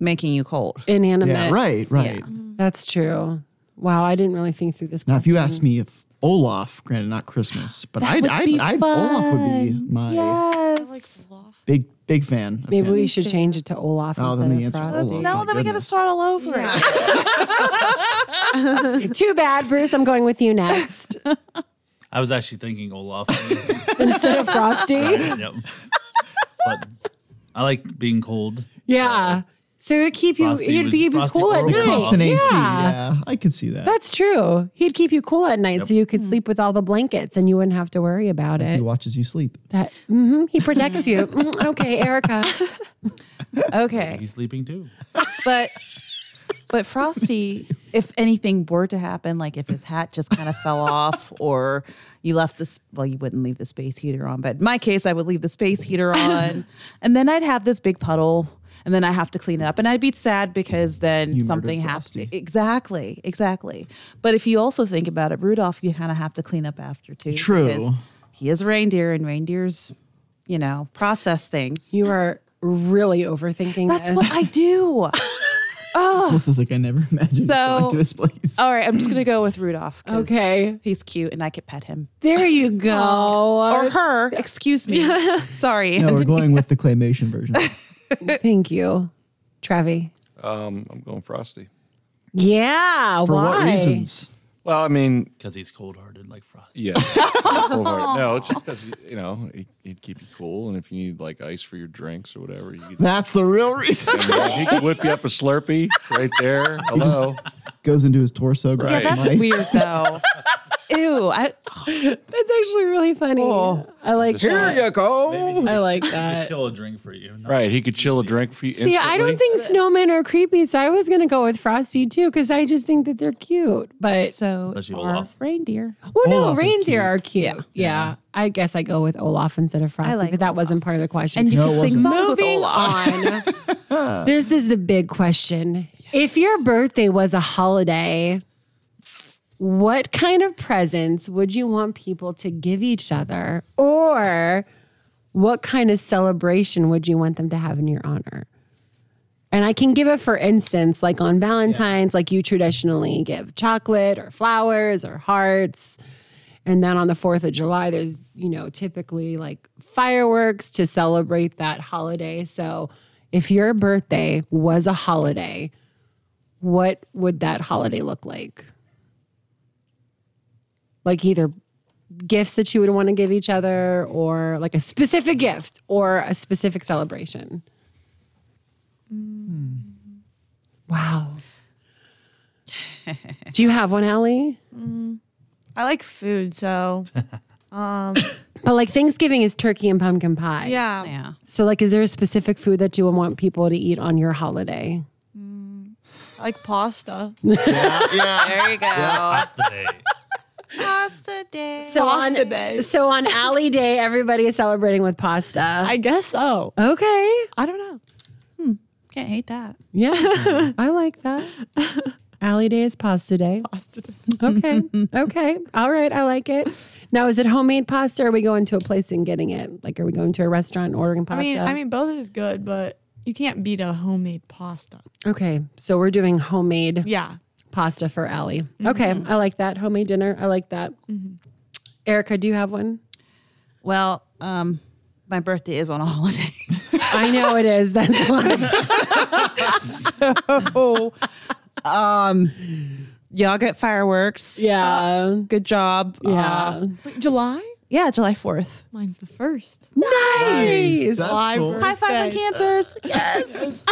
Speaker 3: making you cold.
Speaker 2: inanimate.
Speaker 1: Yeah, right, right.
Speaker 3: Mm-hmm.
Speaker 2: That's true. Wow, I didn't really think through this.
Speaker 1: Now, if you asked me if Olaf, granted not Christmas, but I,
Speaker 3: Mm-hmm. would
Speaker 1: I,
Speaker 3: be
Speaker 1: I, Olaf would be my
Speaker 3: Yes.
Speaker 1: big, big fan. of
Speaker 2: Maybe
Speaker 1: him.
Speaker 2: we should change it to Olaf
Speaker 1: Oh, then
Speaker 2: instead
Speaker 1: the
Speaker 2: of
Speaker 1: answer's
Speaker 2: Frosty.
Speaker 1: Olaf.
Speaker 3: no,
Speaker 1: my
Speaker 3: then we got to
Speaker 1: goodness.
Speaker 3: start all over. it.
Speaker 2: Too bad, Bruce. I'm going with you next
Speaker 5: I was actually thinking Olaf.
Speaker 2: instead of Frosty.
Speaker 5: yep. But I like being cold.
Speaker 2: Yeah. So it'd keep you.
Speaker 5: Frosty
Speaker 2: it'd
Speaker 5: would-
Speaker 2: keep you
Speaker 5: Frosty
Speaker 2: cool at
Speaker 5: would roll
Speaker 1: It's
Speaker 5: off.
Speaker 2: night.
Speaker 1: an AC.
Speaker 2: Yeah.
Speaker 1: Yeah, I could see that.
Speaker 2: That's true. He'd keep you cool at night, so you could sleep with all the blankets, and you wouldn't have to worry about
Speaker 1: he
Speaker 2: it.
Speaker 1: watches you sleep.
Speaker 2: That hmm he protects you. Mm, okay, Erica.
Speaker 3: okay,
Speaker 5: He's sleeping too.
Speaker 3: but but Frosty, if anything were to happen, like if his hat just kind of fell off, or you left this, well, you wouldn't leave the space heater on. But in my case, I would leave the space heater on, and then I'd have this big puddle. And then I have to clean it up, and I'd be sad because then
Speaker 1: You murdered
Speaker 3: something
Speaker 1: Frosty.
Speaker 3: happened. Exactly, exactly. But if you also think about it, Rudolph, you kind of have to clean up after too.
Speaker 1: True.
Speaker 3: because He is a reindeer, and reindeers, you know, process things.
Speaker 2: You are really overthinking
Speaker 3: That's
Speaker 2: this.
Speaker 3: what I do.
Speaker 1: This is like I never imagined
Speaker 3: So- uh,
Speaker 1: going to this place.
Speaker 3: All right, I'm just gonna go with Rudolph. 'cause
Speaker 2: okay,
Speaker 3: he's cute, and I could pet him
Speaker 2: there you go.
Speaker 3: or her. Excuse me. Sorry.
Speaker 1: no, we're going with the claymation version.
Speaker 2: Thank you, Travi.
Speaker 4: Um, I'm going Frosty.
Speaker 2: Yeah.
Speaker 1: For
Speaker 2: why?
Speaker 1: what reasons?
Speaker 4: Well, I mean,
Speaker 5: Because he's cold hearted like Frosty.
Speaker 4: yes. no, it's just because you know he, he'd keep you cool, and if you need like ice for your drinks or whatever, you could,
Speaker 1: That's the real reason.
Speaker 4: I mean, he could whip you up a Slurpee right there. Hello.
Speaker 1: Goes into his torso. grabs
Speaker 4: Yeah,
Speaker 1: some
Speaker 3: That's
Speaker 1: ice.
Speaker 3: weird though. Ew. I,
Speaker 2: That's actually really funny.
Speaker 1: Oh.
Speaker 2: I like that.
Speaker 4: you go.
Speaker 2: I like
Speaker 5: He'd
Speaker 2: that.
Speaker 5: kill a drink for you. No,
Speaker 4: Right, he could chill a drink for you.
Speaker 2: See, I don't
Speaker 4: instantly.
Speaker 2: think snowmen are creepy, so I was gonna go with Frosty too, because I just think that they're cute. But
Speaker 3: so
Speaker 5: Especially
Speaker 3: are
Speaker 5: Olaf.
Speaker 3: reindeer.
Speaker 2: well, no,
Speaker 1: Olaf is
Speaker 2: reindeer
Speaker 1: cute.
Speaker 2: are cute. Yeah. I guess I go with Olaf instead of Frosty,
Speaker 3: like
Speaker 2: but that wasn't part of the question.
Speaker 3: And you
Speaker 1: No, it
Speaker 3: can sing
Speaker 1: wasn't.
Speaker 3: songs with
Speaker 2: Moving
Speaker 3: Olaf.
Speaker 2: on, this is the big question. If your birthday was a holiday, what kind of presents would you want people to give each other, or what kind of celebration would you want them to have in your honor? And I can give it, for instance, like on Valentine's, like you traditionally give chocolate or flowers or hearts. And then on the 4th of July, there's, you know, typically like fireworks to celebrate that holiday. So if your birthday was a holiday, what would that holiday look like? Like either gifts that you would want to give each other or like a specific gift or a specific celebration. Wow. Do you have one, Allie?
Speaker 6: I like food, so
Speaker 2: But like Thanksgiving is turkey and pumpkin pie.
Speaker 6: yeah.
Speaker 3: Yeah.
Speaker 2: So like is there a specific food that you would want people to eat on your holiday?
Speaker 6: I like pasta.
Speaker 7: There you go.
Speaker 5: That's the day.
Speaker 7: Pasta day.
Speaker 2: So
Speaker 6: Pasta
Speaker 2: on
Speaker 6: day.
Speaker 2: so on Alley Day, everybody is celebrating with pasta.
Speaker 6: I guess so.
Speaker 2: okay.
Speaker 6: I don't know.
Speaker 3: Can't hate that.
Speaker 2: Yeah. I like that. Alley Day is pasta day.
Speaker 6: Pasta day.
Speaker 2: Okay. okay. All right. I like it. Now, is it homemade pasta? Or are we going to a place and getting it? Like, are we going to a restaurant and ordering
Speaker 6: I
Speaker 2: pasta?
Speaker 6: mean, I mean, both is good, but you can't beat a homemade pasta.
Speaker 2: okay. So we're doing homemade
Speaker 6: Yeah.
Speaker 2: pasta for Allie. Okay. I like that. Homemade dinner. I like that. Mm-hmm. Erica, do you have one?
Speaker 3: Well, um, my birthday is on a holiday.
Speaker 2: I know it is. That's why.
Speaker 3: so, um, y'all get fireworks.
Speaker 2: Yeah.
Speaker 3: Good job.
Speaker 2: Yeah.
Speaker 3: Uh,
Speaker 6: Wait, July?
Speaker 3: yeah, July 4th.
Speaker 6: Mine's the first.
Speaker 2: nice.
Speaker 1: That's
Speaker 6: July
Speaker 1: cool.
Speaker 6: first.
Speaker 3: High five on
Speaker 6: Birthday.
Speaker 3: cancers. Yes.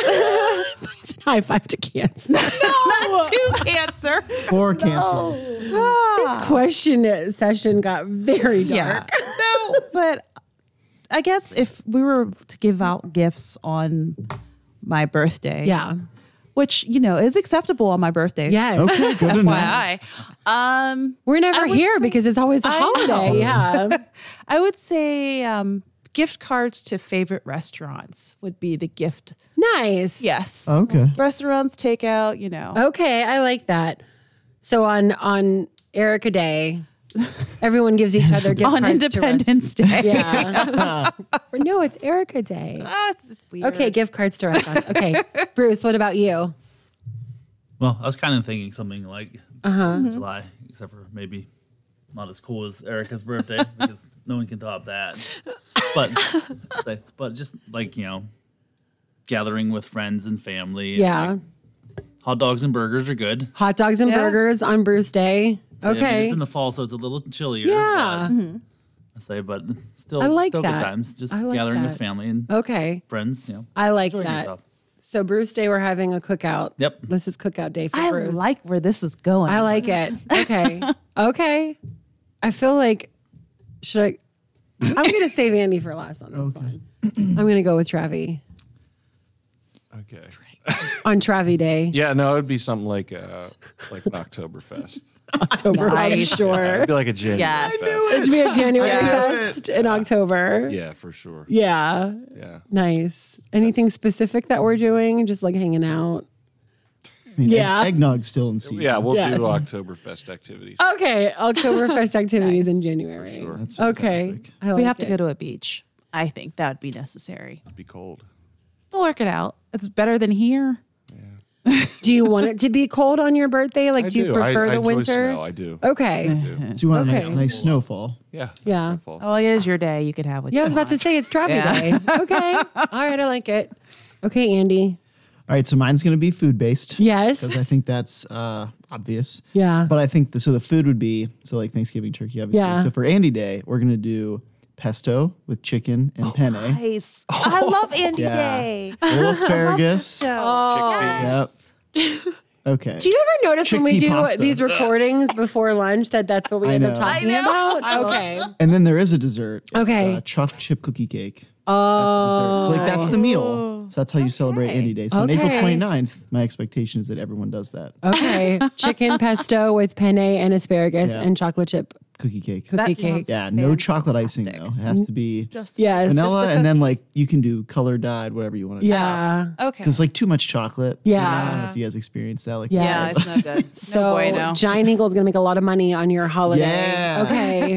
Speaker 2: High five to kids.
Speaker 3: Not two cancer.
Speaker 1: Four cancers.
Speaker 3: Ah.
Speaker 2: Question session got very
Speaker 3: Yeah.
Speaker 2: dark.
Speaker 3: no, but I guess if we were to give out gifts on my birthday, which you know is acceptable on my birthday.
Speaker 2: Yeah.
Speaker 1: Okay, good enough.
Speaker 3: FYI, um,
Speaker 2: We're
Speaker 3: I
Speaker 2: never
Speaker 3: would
Speaker 2: here
Speaker 3: say-
Speaker 2: because it's always a
Speaker 3: I
Speaker 2: holiday.
Speaker 3: know.
Speaker 2: Yeah.
Speaker 3: I would say um, gift cards to favorite restaurants would be the gift.
Speaker 2: nice.
Speaker 3: Yes,
Speaker 1: Okay.
Speaker 3: restaurants, takeout. You know,
Speaker 2: Okay, I like that. So on on Erica Day, everyone gives each other gift
Speaker 3: on
Speaker 2: cards to rest-
Speaker 3: Independence Day.
Speaker 2: yeah. Or no, it's Erica Day.
Speaker 3: Ah, it's weird.
Speaker 2: Okay, gift cards to restaurants. Okay, Bruce, what about you?
Speaker 5: Well, I was kind of thinking something like
Speaker 2: Uh-huh. Mm-hmm.
Speaker 5: July, except for maybe not as cool as Erica's birthday because no one can top that. But but just like you know, gathering with friends and family. and,
Speaker 2: Yeah,
Speaker 5: like, hot dogs and burgers are good.
Speaker 2: hot dogs and burgers on Bruce Day.
Speaker 5: Yeah, I mean,
Speaker 2: Okay,
Speaker 5: it's in the fall, so it's a little chillier.
Speaker 2: Yeah.
Speaker 5: but
Speaker 3: Mm-hmm.
Speaker 5: I say, but still,
Speaker 2: I like
Speaker 5: still
Speaker 2: that.
Speaker 5: good times. Just
Speaker 2: I like
Speaker 5: gathering
Speaker 2: that.
Speaker 5: with family and
Speaker 2: okay,
Speaker 5: friends. You know,
Speaker 2: I like
Speaker 5: enjoying
Speaker 2: that.
Speaker 5: yourself.
Speaker 2: So Bruce Day, we're having a cookout.
Speaker 5: Yep.
Speaker 2: this is cookout day for
Speaker 3: I
Speaker 2: Bruce.
Speaker 3: like where this is going.
Speaker 2: I like it. Okay. okay. I feel like should I I'm gonna save Andy for last on this one. I'm gonna go with Travi
Speaker 4: Okay.
Speaker 2: on Travi Day.
Speaker 4: Yeah, no, it'd be something like uh, like an Oktoberfest.
Speaker 2: October, I'm
Speaker 3: Nice.
Speaker 2: sure.
Speaker 4: It'd be like a January.
Speaker 3: Yes. I knew
Speaker 2: It'd be a January fest in October.
Speaker 4: Yeah, for sure.
Speaker 2: Yeah.
Speaker 4: Yeah.
Speaker 2: Nice. Anything specific that we're doing? Just like hanging out.
Speaker 1: I mean,
Speaker 2: Yeah.
Speaker 1: egg- Eggnog's still in season.
Speaker 4: Yeah, we'll
Speaker 2: Yeah.
Speaker 4: do Oktoberfest activities.
Speaker 2: Okay. Oktoberfest activities in January.
Speaker 4: sure. That's
Speaker 2: Okay. I
Speaker 3: we
Speaker 2: like
Speaker 3: have to
Speaker 2: it.
Speaker 3: go to a beach. I think that would be necessary.
Speaker 4: It'd be cold.
Speaker 3: We'll work it out. It's better than here.
Speaker 2: Do you want it to be cold on your birthday? Like,
Speaker 4: I
Speaker 2: do you prefer
Speaker 4: I,
Speaker 2: the
Speaker 4: I enjoy
Speaker 2: winter? Oh,
Speaker 4: Snow. I do.
Speaker 2: Okay.
Speaker 4: do.
Speaker 1: So you want
Speaker 2: Okay.
Speaker 1: a nice snowfall.
Speaker 4: Yeah.
Speaker 2: Yeah.
Speaker 4: that's my fault.
Speaker 3: Oh, it is your day. You could have what
Speaker 2: Yeah, I
Speaker 3: you
Speaker 2: was about to say it's Travi Day. Okay. All right. I like it. Okay, Andy.
Speaker 1: All right, so mine's going to be food based. because I
Speaker 2: Yes.
Speaker 1: think that's uh, obvious.
Speaker 2: Yeah.
Speaker 1: But I think the, so. The food would be so like Thanksgiving turkey, obviously.
Speaker 2: Yeah.
Speaker 1: So for Andy Day, we're gonna do pesto with chicken
Speaker 2: Oh,
Speaker 1: and penne,
Speaker 3: Nice.
Speaker 7: I love Andy
Speaker 1: Yeah.
Speaker 7: Day.
Speaker 1: a little asparagus.
Speaker 4: Chickpeas.
Speaker 1: Yep. Okay.
Speaker 2: Do you ever notice when we
Speaker 1: Chickpea
Speaker 2: do
Speaker 1: pasta.
Speaker 2: these recordings before lunch that that's what we
Speaker 1: I
Speaker 2: end up
Speaker 1: know.
Speaker 2: talking about? Okay.
Speaker 1: and then there is a dessert. It's,
Speaker 2: Okay.
Speaker 1: Uh, chocolate chip cookie cake. Oh. So like that's the meal. So that's how you celebrate Andy Day. So on
Speaker 2: Oh. Okay.
Speaker 1: April 29th, my expectation is that everyone does that.
Speaker 2: Okay. Chicken pesto with penne and asparagus
Speaker 1: Yeah.
Speaker 2: and chocolate chip
Speaker 1: Cookie cake.
Speaker 2: cookie
Speaker 3: That
Speaker 2: cake.
Speaker 3: sounds-
Speaker 1: yeah. No chocolate icing though. It has to be
Speaker 6: Just
Speaker 2: Yes.
Speaker 1: vanilla, and then like you can do color dyed, whatever you want to. do.
Speaker 2: Yeah.
Speaker 3: Okay.
Speaker 1: Because like too much chocolate. I don't know
Speaker 2: Yeah.
Speaker 1: if you guys experienced that. Like,
Speaker 2: Yeah.
Speaker 3: it's no good.
Speaker 2: So
Speaker 3: no bueno.
Speaker 2: Giant Eagle's gonna make a lot of money on your holiday.
Speaker 1: yeah.
Speaker 2: Okay.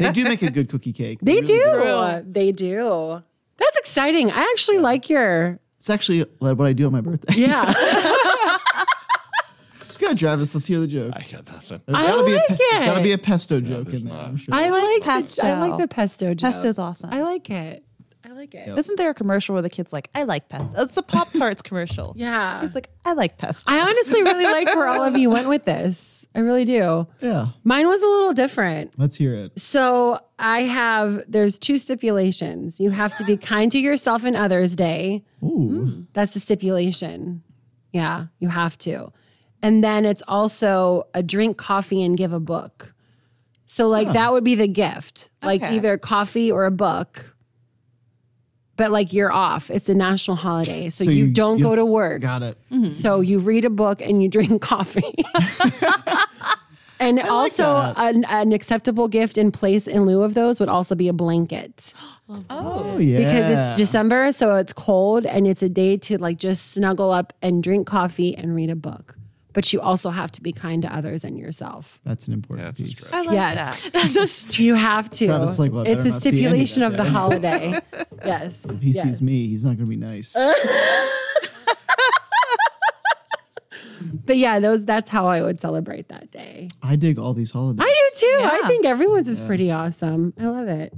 Speaker 1: They do make a good cookie cake.
Speaker 2: They
Speaker 1: really
Speaker 2: do. They do. That's exciting. I actually like your
Speaker 1: It's actually like what I do on my birthday.
Speaker 2: Yeah.
Speaker 1: Good, Travis. Let's hear the joke.
Speaker 4: I got nothing.
Speaker 1: There's gotta be a,
Speaker 2: like
Speaker 1: There's got to
Speaker 2: it.
Speaker 1: be a pesto joke
Speaker 4: there's
Speaker 1: in there.
Speaker 4: not.
Speaker 1: I'm sure.
Speaker 2: I like
Speaker 3: Pesto.
Speaker 2: The, I like the pesto joke.
Speaker 3: Pesto's awesome.
Speaker 2: I like it. I like it.
Speaker 3: Isn't there a commercial where the kid's like, I like pesto? It's a Pop Tarts commercial.
Speaker 2: Yeah.
Speaker 3: He's like, I like pesto.
Speaker 2: I honestly really like where all of you went with this. I really do.
Speaker 1: yeah.
Speaker 2: Mine was a little different.
Speaker 1: Let's hear it.
Speaker 2: So I have there's two stipulations. You have to be kind to yourself and others day.
Speaker 1: Ooh.
Speaker 2: That's a stipulation. Yeah, you have to. And then it's also a drink coffee and give a book. So like that would be the gift. Like
Speaker 3: Okay.
Speaker 2: either coffee or a book. But like you're off. It's a national holiday. So,
Speaker 1: So
Speaker 2: you,
Speaker 1: you-
Speaker 2: don't
Speaker 1: you-
Speaker 2: go to work.
Speaker 1: Got it.
Speaker 2: So you read a book and you drink coffee. and also an, an acceptable gift in place in lieu of those would also be a blanket
Speaker 1: Oh, yeah.
Speaker 2: because it's December so it's cold and it's a day to like just snuggle up and drink coffee and read a book. But you also have to be kind to others and yourself.
Speaker 1: That's an important
Speaker 4: That's a
Speaker 1: piece.
Speaker 4: stretch.
Speaker 3: I like
Speaker 2: yes. you have to.
Speaker 1: Travis, like, well, I
Speaker 2: it's
Speaker 1: better
Speaker 2: a
Speaker 1: not see any of
Speaker 2: stipulation
Speaker 1: that
Speaker 2: of the
Speaker 1: day.
Speaker 2: holiday. yes.
Speaker 1: If he
Speaker 2: yes. Uh.
Speaker 1: sees me, he's not going to be nice.
Speaker 2: But yeah, those that's how I would celebrate that day.
Speaker 1: I dig all these holidays.
Speaker 2: I do too. I
Speaker 3: Yeah.
Speaker 2: think everyone's is pretty awesome. I love it.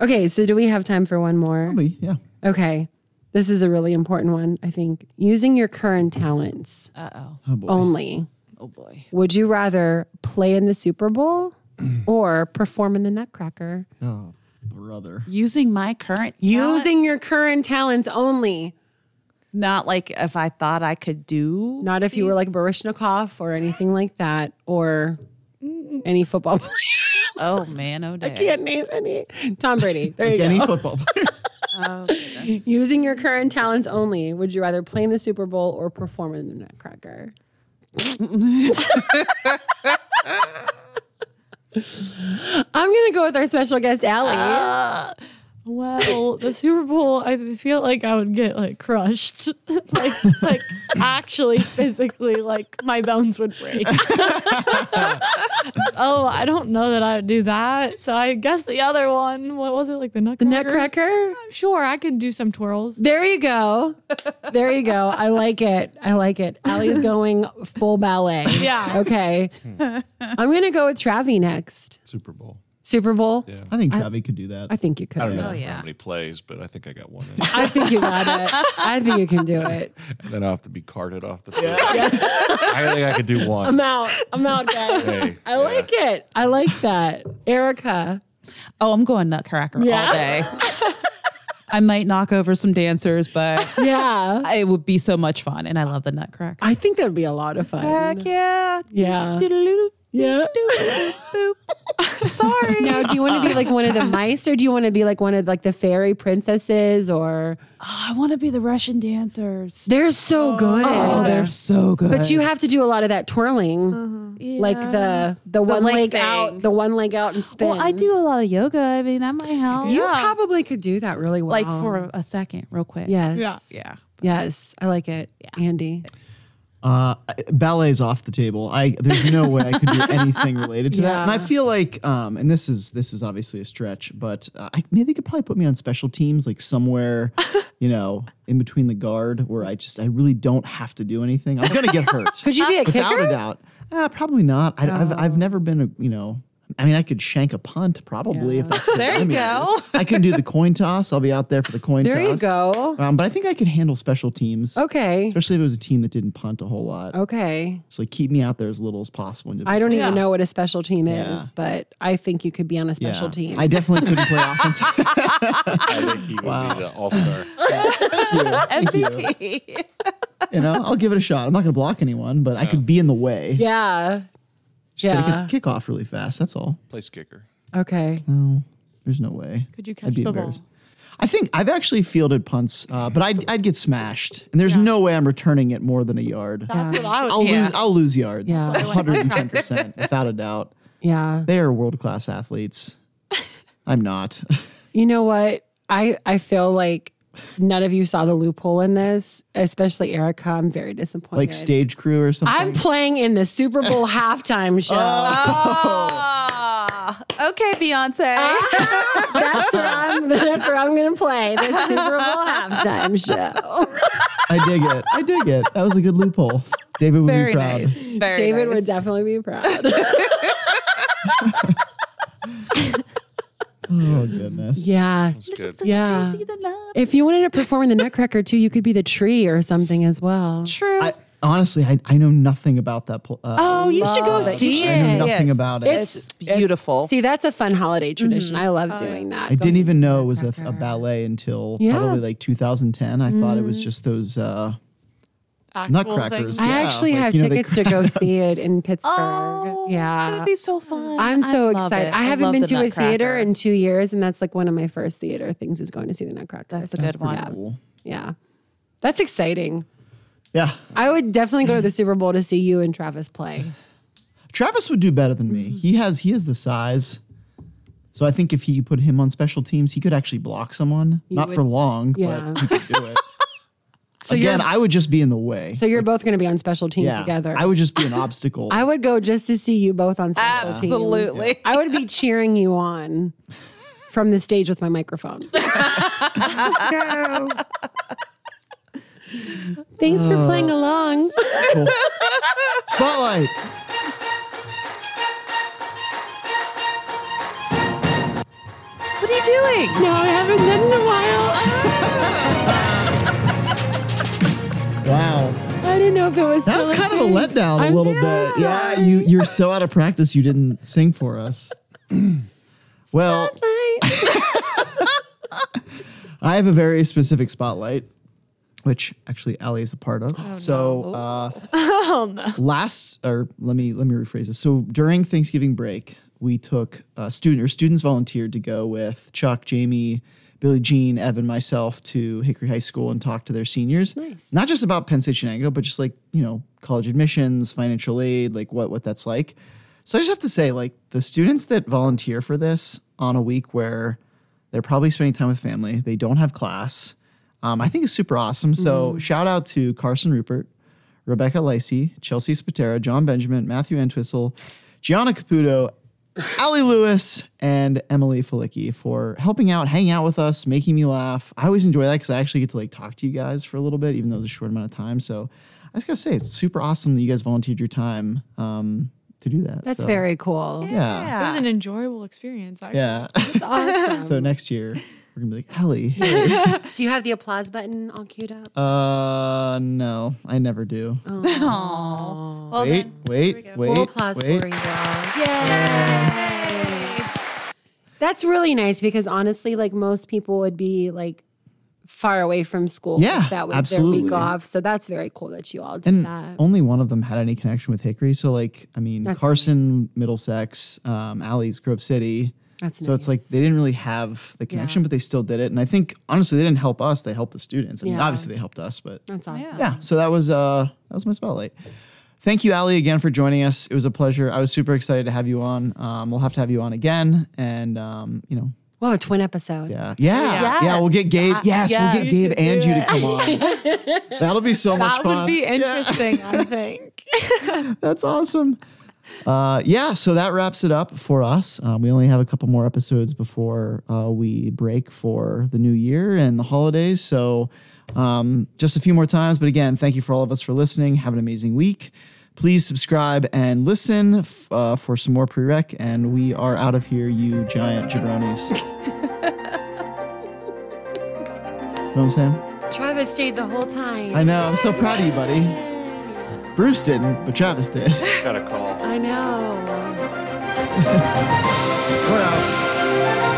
Speaker 2: Okay, so do we have time for one more?
Speaker 1: Probably, yeah.
Speaker 2: Okay. This is a really important one, I think. Using your current talents
Speaker 3: that. Uh oh.
Speaker 1: Oh, boy.
Speaker 2: only.
Speaker 3: Oh boy.
Speaker 2: Would you rather play in the Super Bowl or perform in the Nutcracker?
Speaker 1: Oh, brother.
Speaker 3: Using my current.
Speaker 2: Using your current talents only.
Speaker 3: Not like if I thought I could do.
Speaker 2: Not if you were like Baryshnikov or anything like that or any football player.
Speaker 3: Oh man. Oh dang.
Speaker 2: Can't name any. Tom Brady. There you
Speaker 1: Like
Speaker 2: go.
Speaker 1: any football player.
Speaker 3: Oh, goodness.
Speaker 2: Using your current talents only, would you rather play in the Super Bowl or perform in the Nutcracker? I'm gonna go with our special guest, Allie.
Speaker 6: Well, the Super Bowl, I feel like I would get like crushed, like like actually physically, like my bones would break. oh, I don't know that I would do that. So I guess the other one, what was it like the Nutcracker?
Speaker 2: Nutcracker.
Speaker 6: Sure, I could do some twirls.
Speaker 2: There you go. There you go. I like it. I like it. Allie's going full ballet.
Speaker 6: Yeah.
Speaker 2: Okay. I'm gonna go with Travi next.
Speaker 4: Super Bowl.
Speaker 2: Super Bowl.
Speaker 4: Yeah.
Speaker 1: I think Travi could do that.
Speaker 2: I think you could.
Speaker 4: I don't know
Speaker 3: Oh, yeah.
Speaker 4: how many plays, but I think I got one. In.
Speaker 2: I think you got it. I think you can do it.
Speaker 4: and then I'll have to be carted off the field. I think I could do one.
Speaker 2: I'm out. I'm out, guys.
Speaker 4: Hey,
Speaker 2: I like it. I like that. Erica.
Speaker 3: Oh, I'm going nutcracker
Speaker 2: Yeah.
Speaker 3: all day. I might knock over some dancers, but
Speaker 2: Yeah.
Speaker 3: it would be so much fun, and I love the nutcracker.
Speaker 2: I think that would be a lot of fun.
Speaker 3: yeah.
Speaker 2: Yeah.
Speaker 3: Doodaloo,
Speaker 2: Yeah.
Speaker 3: doodaloo, boop. Sorry.
Speaker 2: Now, do you want to be like one of the mice or do you want to be like one of like the fairy princesses or
Speaker 3: I want to be the Russian dancers.
Speaker 2: they're so good.
Speaker 3: Oh, they're so good.
Speaker 2: but you have to do a lot of that twirling. Like the Uh-huh. the one
Speaker 7: leg
Speaker 2: leg,
Speaker 7: thing.
Speaker 2: out, the one leg out and spin.
Speaker 3: Well, I do a lot of yoga. I mean, that might help.
Speaker 2: You probably could do that really well.
Speaker 3: Like for a second, real quick.
Speaker 2: yes.
Speaker 6: Yeah.
Speaker 3: Yeah.
Speaker 2: Yes. I like it. Andy.
Speaker 1: Uh, ballet's off the table. I there's no way I could do anything related to that. And I feel like, um, and this is this is obviously a stretch, but uh, I mean they could probably put me on special teams, like somewhere, you know, in between the guard, where I just I really don't have to do anything. I'm gonna get hurt.
Speaker 2: Could you Oh. be a
Speaker 1: Without
Speaker 2: kicker?
Speaker 1: a doubt, uh, probably not. I, I've I've never been a you know. I mean, I could shank a punt probably if that's there. You go. I can do the coin toss. I'll be out there for the coin
Speaker 2: There
Speaker 1: toss.
Speaker 2: you go. Oh.
Speaker 1: Um, but I think I could handle special teams.
Speaker 2: Okay.
Speaker 1: Especially if it was a team that didn't punt a whole lot.
Speaker 2: Okay.
Speaker 1: So like keep me out there as little as possible. And
Speaker 2: Oh. I don't even
Speaker 6: Yeah.
Speaker 2: know what a special team
Speaker 1: Yeah.
Speaker 2: is, but I think you could be on a special team.
Speaker 1: I definitely couldn't play offense.
Speaker 4: I think he would be the all star.
Speaker 1: Thank you. Thank you. you know, I'll give it a shot. I'm not going to block anyone, but I could be in the way.
Speaker 2: yeah.
Speaker 1: Just gotta
Speaker 2: Oh. yeah.
Speaker 1: Get, kick off really fast. That's all.
Speaker 4: Place kicker.
Speaker 2: Okay.
Speaker 1: No, there's no way.
Speaker 6: Could you
Speaker 1: I'd
Speaker 6: catch
Speaker 1: be
Speaker 6: the ball?
Speaker 1: embarrassed. I think I've actually fielded punts, uh, but I'd, I'd get smashed, and there's no way I'm returning it more than a yard.
Speaker 6: That's what I would
Speaker 1: I'll
Speaker 3: Yeah.
Speaker 1: lose. I'll lose yards.
Speaker 2: Yeah.
Speaker 1: 110 percent, without a doubt.
Speaker 2: Yeah.
Speaker 1: They are world class athletes. I'm not.
Speaker 2: You know what? I I feel like none of you saw the loophole in this, especially Erica. I'm very disappointed.
Speaker 1: like stage crew or something.
Speaker 2: I'm playing in the Super Bowl halftime show.
Speaker 3: Oh. Ah, okay,
Speaker 2: Ah.
Speaker 3: Beyonce.
Speaker 2: That's where I'm. That's where I'm going to play the Super Bowl halftime show.
Speaker 1: I dig it. I dig it. That was a good loophole. David would
Speaker 7: Very
Speaker 1: be proud.
Speaker 7: nice. Very
Speaker 2: David
Speaker 7: nice.
Speaker 2: would definitely be proud.
Speaker 1: Oh goodness.
Speaker 2: yeah.
Speaker 4: That's good.
Speaker 2: Yeah.
Speaker 3: See the love.
Speaker 2: If you wanted to perform in the Nutcracker too, you could be the tree or something as well.
Speaker 3: True.
Speaker 1: I, honestly, I, I know nothing about that. Pl- uh,
Speaker 2: Oh, you should go
Speaker 7: Love it.
Speaker 2: see
Speaker 1: I know
Speaker 2: it.
Speaker 1: nothing about it.
Speaker 7: It's beautiful. Oh,
Speaker 2: see, that's a fun holiday
Speaker 3: Mm-hmm.
Speaker 2: tradition. I love doing that.
Speaker 1: I didn't even know it was a, a ballet until
Speaker 2: Yeah. Mm.
Speaker 1: probably like 2010. I thought it was just those. Uh,
Speaker 6: Actual
Speaker 1: Nutcrackers.
Speaker 6: things.
Speaker 2: I
Speaker 1: Yeah,
Speaker 2: actually
Speaker 1: like,
Speaker 2: have
Speaker 1: you know, they
Speaker 2: tickets to go see it in Pittsburgh.
Speaker 3: oh,
Speaker 2: yeah.
Speaker 3: It'll be so fun.
Speaker 2: I'm so
Speaker 3: I love
Speaker 2: excited.
Speaker 3: it.
Speaker 2: I haven't
Speaker 3: love
Speaker 2: been
Speaker 3: the
Speaker 2: to a theater
Speaker 3: Nutcracker.
Speaker 2: in two years, and that's like one of my first theater things is going to see the Nutcracker.
Speaker 3: That's a
Speaker 2: So,
Speaker 3: good one.
Speaker 2: Yeah.
Speaker 1: cool.
Speaker 2: yeah. That's exciting.
Speaker 1: Yeah.
Speaker 2: I would definitely go to the Super Bowl to see you and Travis play.
Speaker 1: Travis would do better than
Speaker 2: Mm-hmm.
Speaker 1: me. He has he has the size. So I think if he put him on special teams, he could actually block someone. Not for
Speaker 2: would-
Speaker 1: long,
Speaker 2: Yeah.
Speaker 1: but he could do it.
Speaker 2: So
Speaker 1: Again,
Speaker 2: you're
Speaker 1: I would just be in the way.
Speaker 2: so you're both going to be on special teams
Speaker 1: yeah,
Speaker 2: together.
Speaker 1: I would just be an obstacle.
Speaker 2: I would go just to see you both on special teams.
Speaker 7: Absolutely.
Speaker 2: I would be cheering you on from the stage with my microphone. Thanks for
Speaker 1: Oh.
Speaker 2: playing along.
Speaker 1: Cool. Spotlight.
Speaker 7: What are you doing?
Speaker 2: No, I haven't done it in a while.
Speaker 1: Wow,
Speaker 2: I don't know if it was.
Speaker 1: that
Speaker 2: still
Speaker 1: was kind of a letdown a
Speaker 2: I'm
Speaker 1: little
Speaker 2: so
Speaker 1: bit. Yeah, you you're so out of practice. You didn't sing for us. well, I have a very specific spotlight, which actually Ali is a part of.
Speaker 2: Oh,
Speaker 1: so uh, last, or let me let me rephrase this. So during Thanksgiving break, we took uh, student or students volunteered to go with Chuck, Jamie, Billie Jean, Evan, myself to Hickory High School and talk to their seniors. Nice. Not just about Penn State Shenango, but just like you know college admissions, financial aid, like what what that's like. So I just have to say, like the students that volunteer for this on a week where they're probably spending time with family. They don't have class. Um, I think it's super awesome. So shout out to Carson Rupert, Rebecca Lacey, Chelsea Spatera, John Benjamin, Matthew Entwistle, Gianna Caputo, Allie Lewis, and Emily Falicki for helping out, hanging out with us, making me laugh. I always enjoy that because I actually get to like talk to you guys for a little bit, even though it's a short amount of time. So I just gotta say, it's super awesome that you guys volunteered your time um, to do that.
Speaker 2: That's
Speaker 1: So,
Speaker 2: very cool.
Speaker 1: yeah.
Speaker 6: It was an enjoyable experience. Actually.
Speaker 1: Yeah.
Speaker 2: That's awesome.
Speaker 1: so next year we're gonna be like, Allie, hey,
Speaker 2: Do you have the applause button all queued up?
Speaker 1: Uh, no, I never do.
Speaker 7: Aw. Well
Speaker 1: wait,
Speaker 7: then.
Speaker 1: wait, wait,
Speaker 2: We'll applause
Speaker 1: wait.
Speaker 2: for you. all. That's really nice because honestly, like most people would be like far away from school. if
Speaker 1: Yeah,
Speaker 2: that was their
Speaker 1: absolutely.
Speaker 2: week off. So that's very cool that you all did
Speaker 1: And
Speaker 2: that.
Speaker 1: only one of them had any connection with Hickory. So, like, I mean,
Speaker 2: That's
Speaker 1: Carson, Middlesex, um, Allie's Grove City.
Speaker 2: That's
Speaker 1: so it's like
Speaker 2: nice.
Speaker 1: they didn't really have the connection, but they still did it. And I think honestly, they didn't help us; they helped the students. I mean,
Speaker 2: Yeah.
Speaker 1: obviously, they helped us, but
Speaker 2: That's awesome.
Speaker 1: yeah. So that was uh, that was my spotlight. Thank you, Allie, again for joining us. It was a pleasure. I was super excited to have you on. Um, we'll have to have you on again, and um, you know,
Speaker 2: Whoa, a twin episode.
Speaker 1: Yeah. Yeah. Yeah. We'll get Gabe. Yes, we'll get Gabe and you to come on. That'll be so much
Speaker 6: That
Speaker 1: fun.
Speaker 6: would be interesting, I think.
Speaker 1: That's awesome. Uh, yeah. So that wraps it up for us. Um, we only have a couple more episodes before uh, we break for the new year and the holidays. So um, just a few more times. But again, thank you for all of us for listening. Have an amazing week. Please subscribe and listen f- uh, for some more pre rec. And we are out of here, you giant jabronis. know what I'm saying?
Speaker 2: Travis stayed the whole time.
Speaker 1: I know. I'm so proud of you, buddy. Bruce didn't, but Travis did.
Speaker 4: Got a call.
Speaker 2: I know.
Speaker 1: We're out.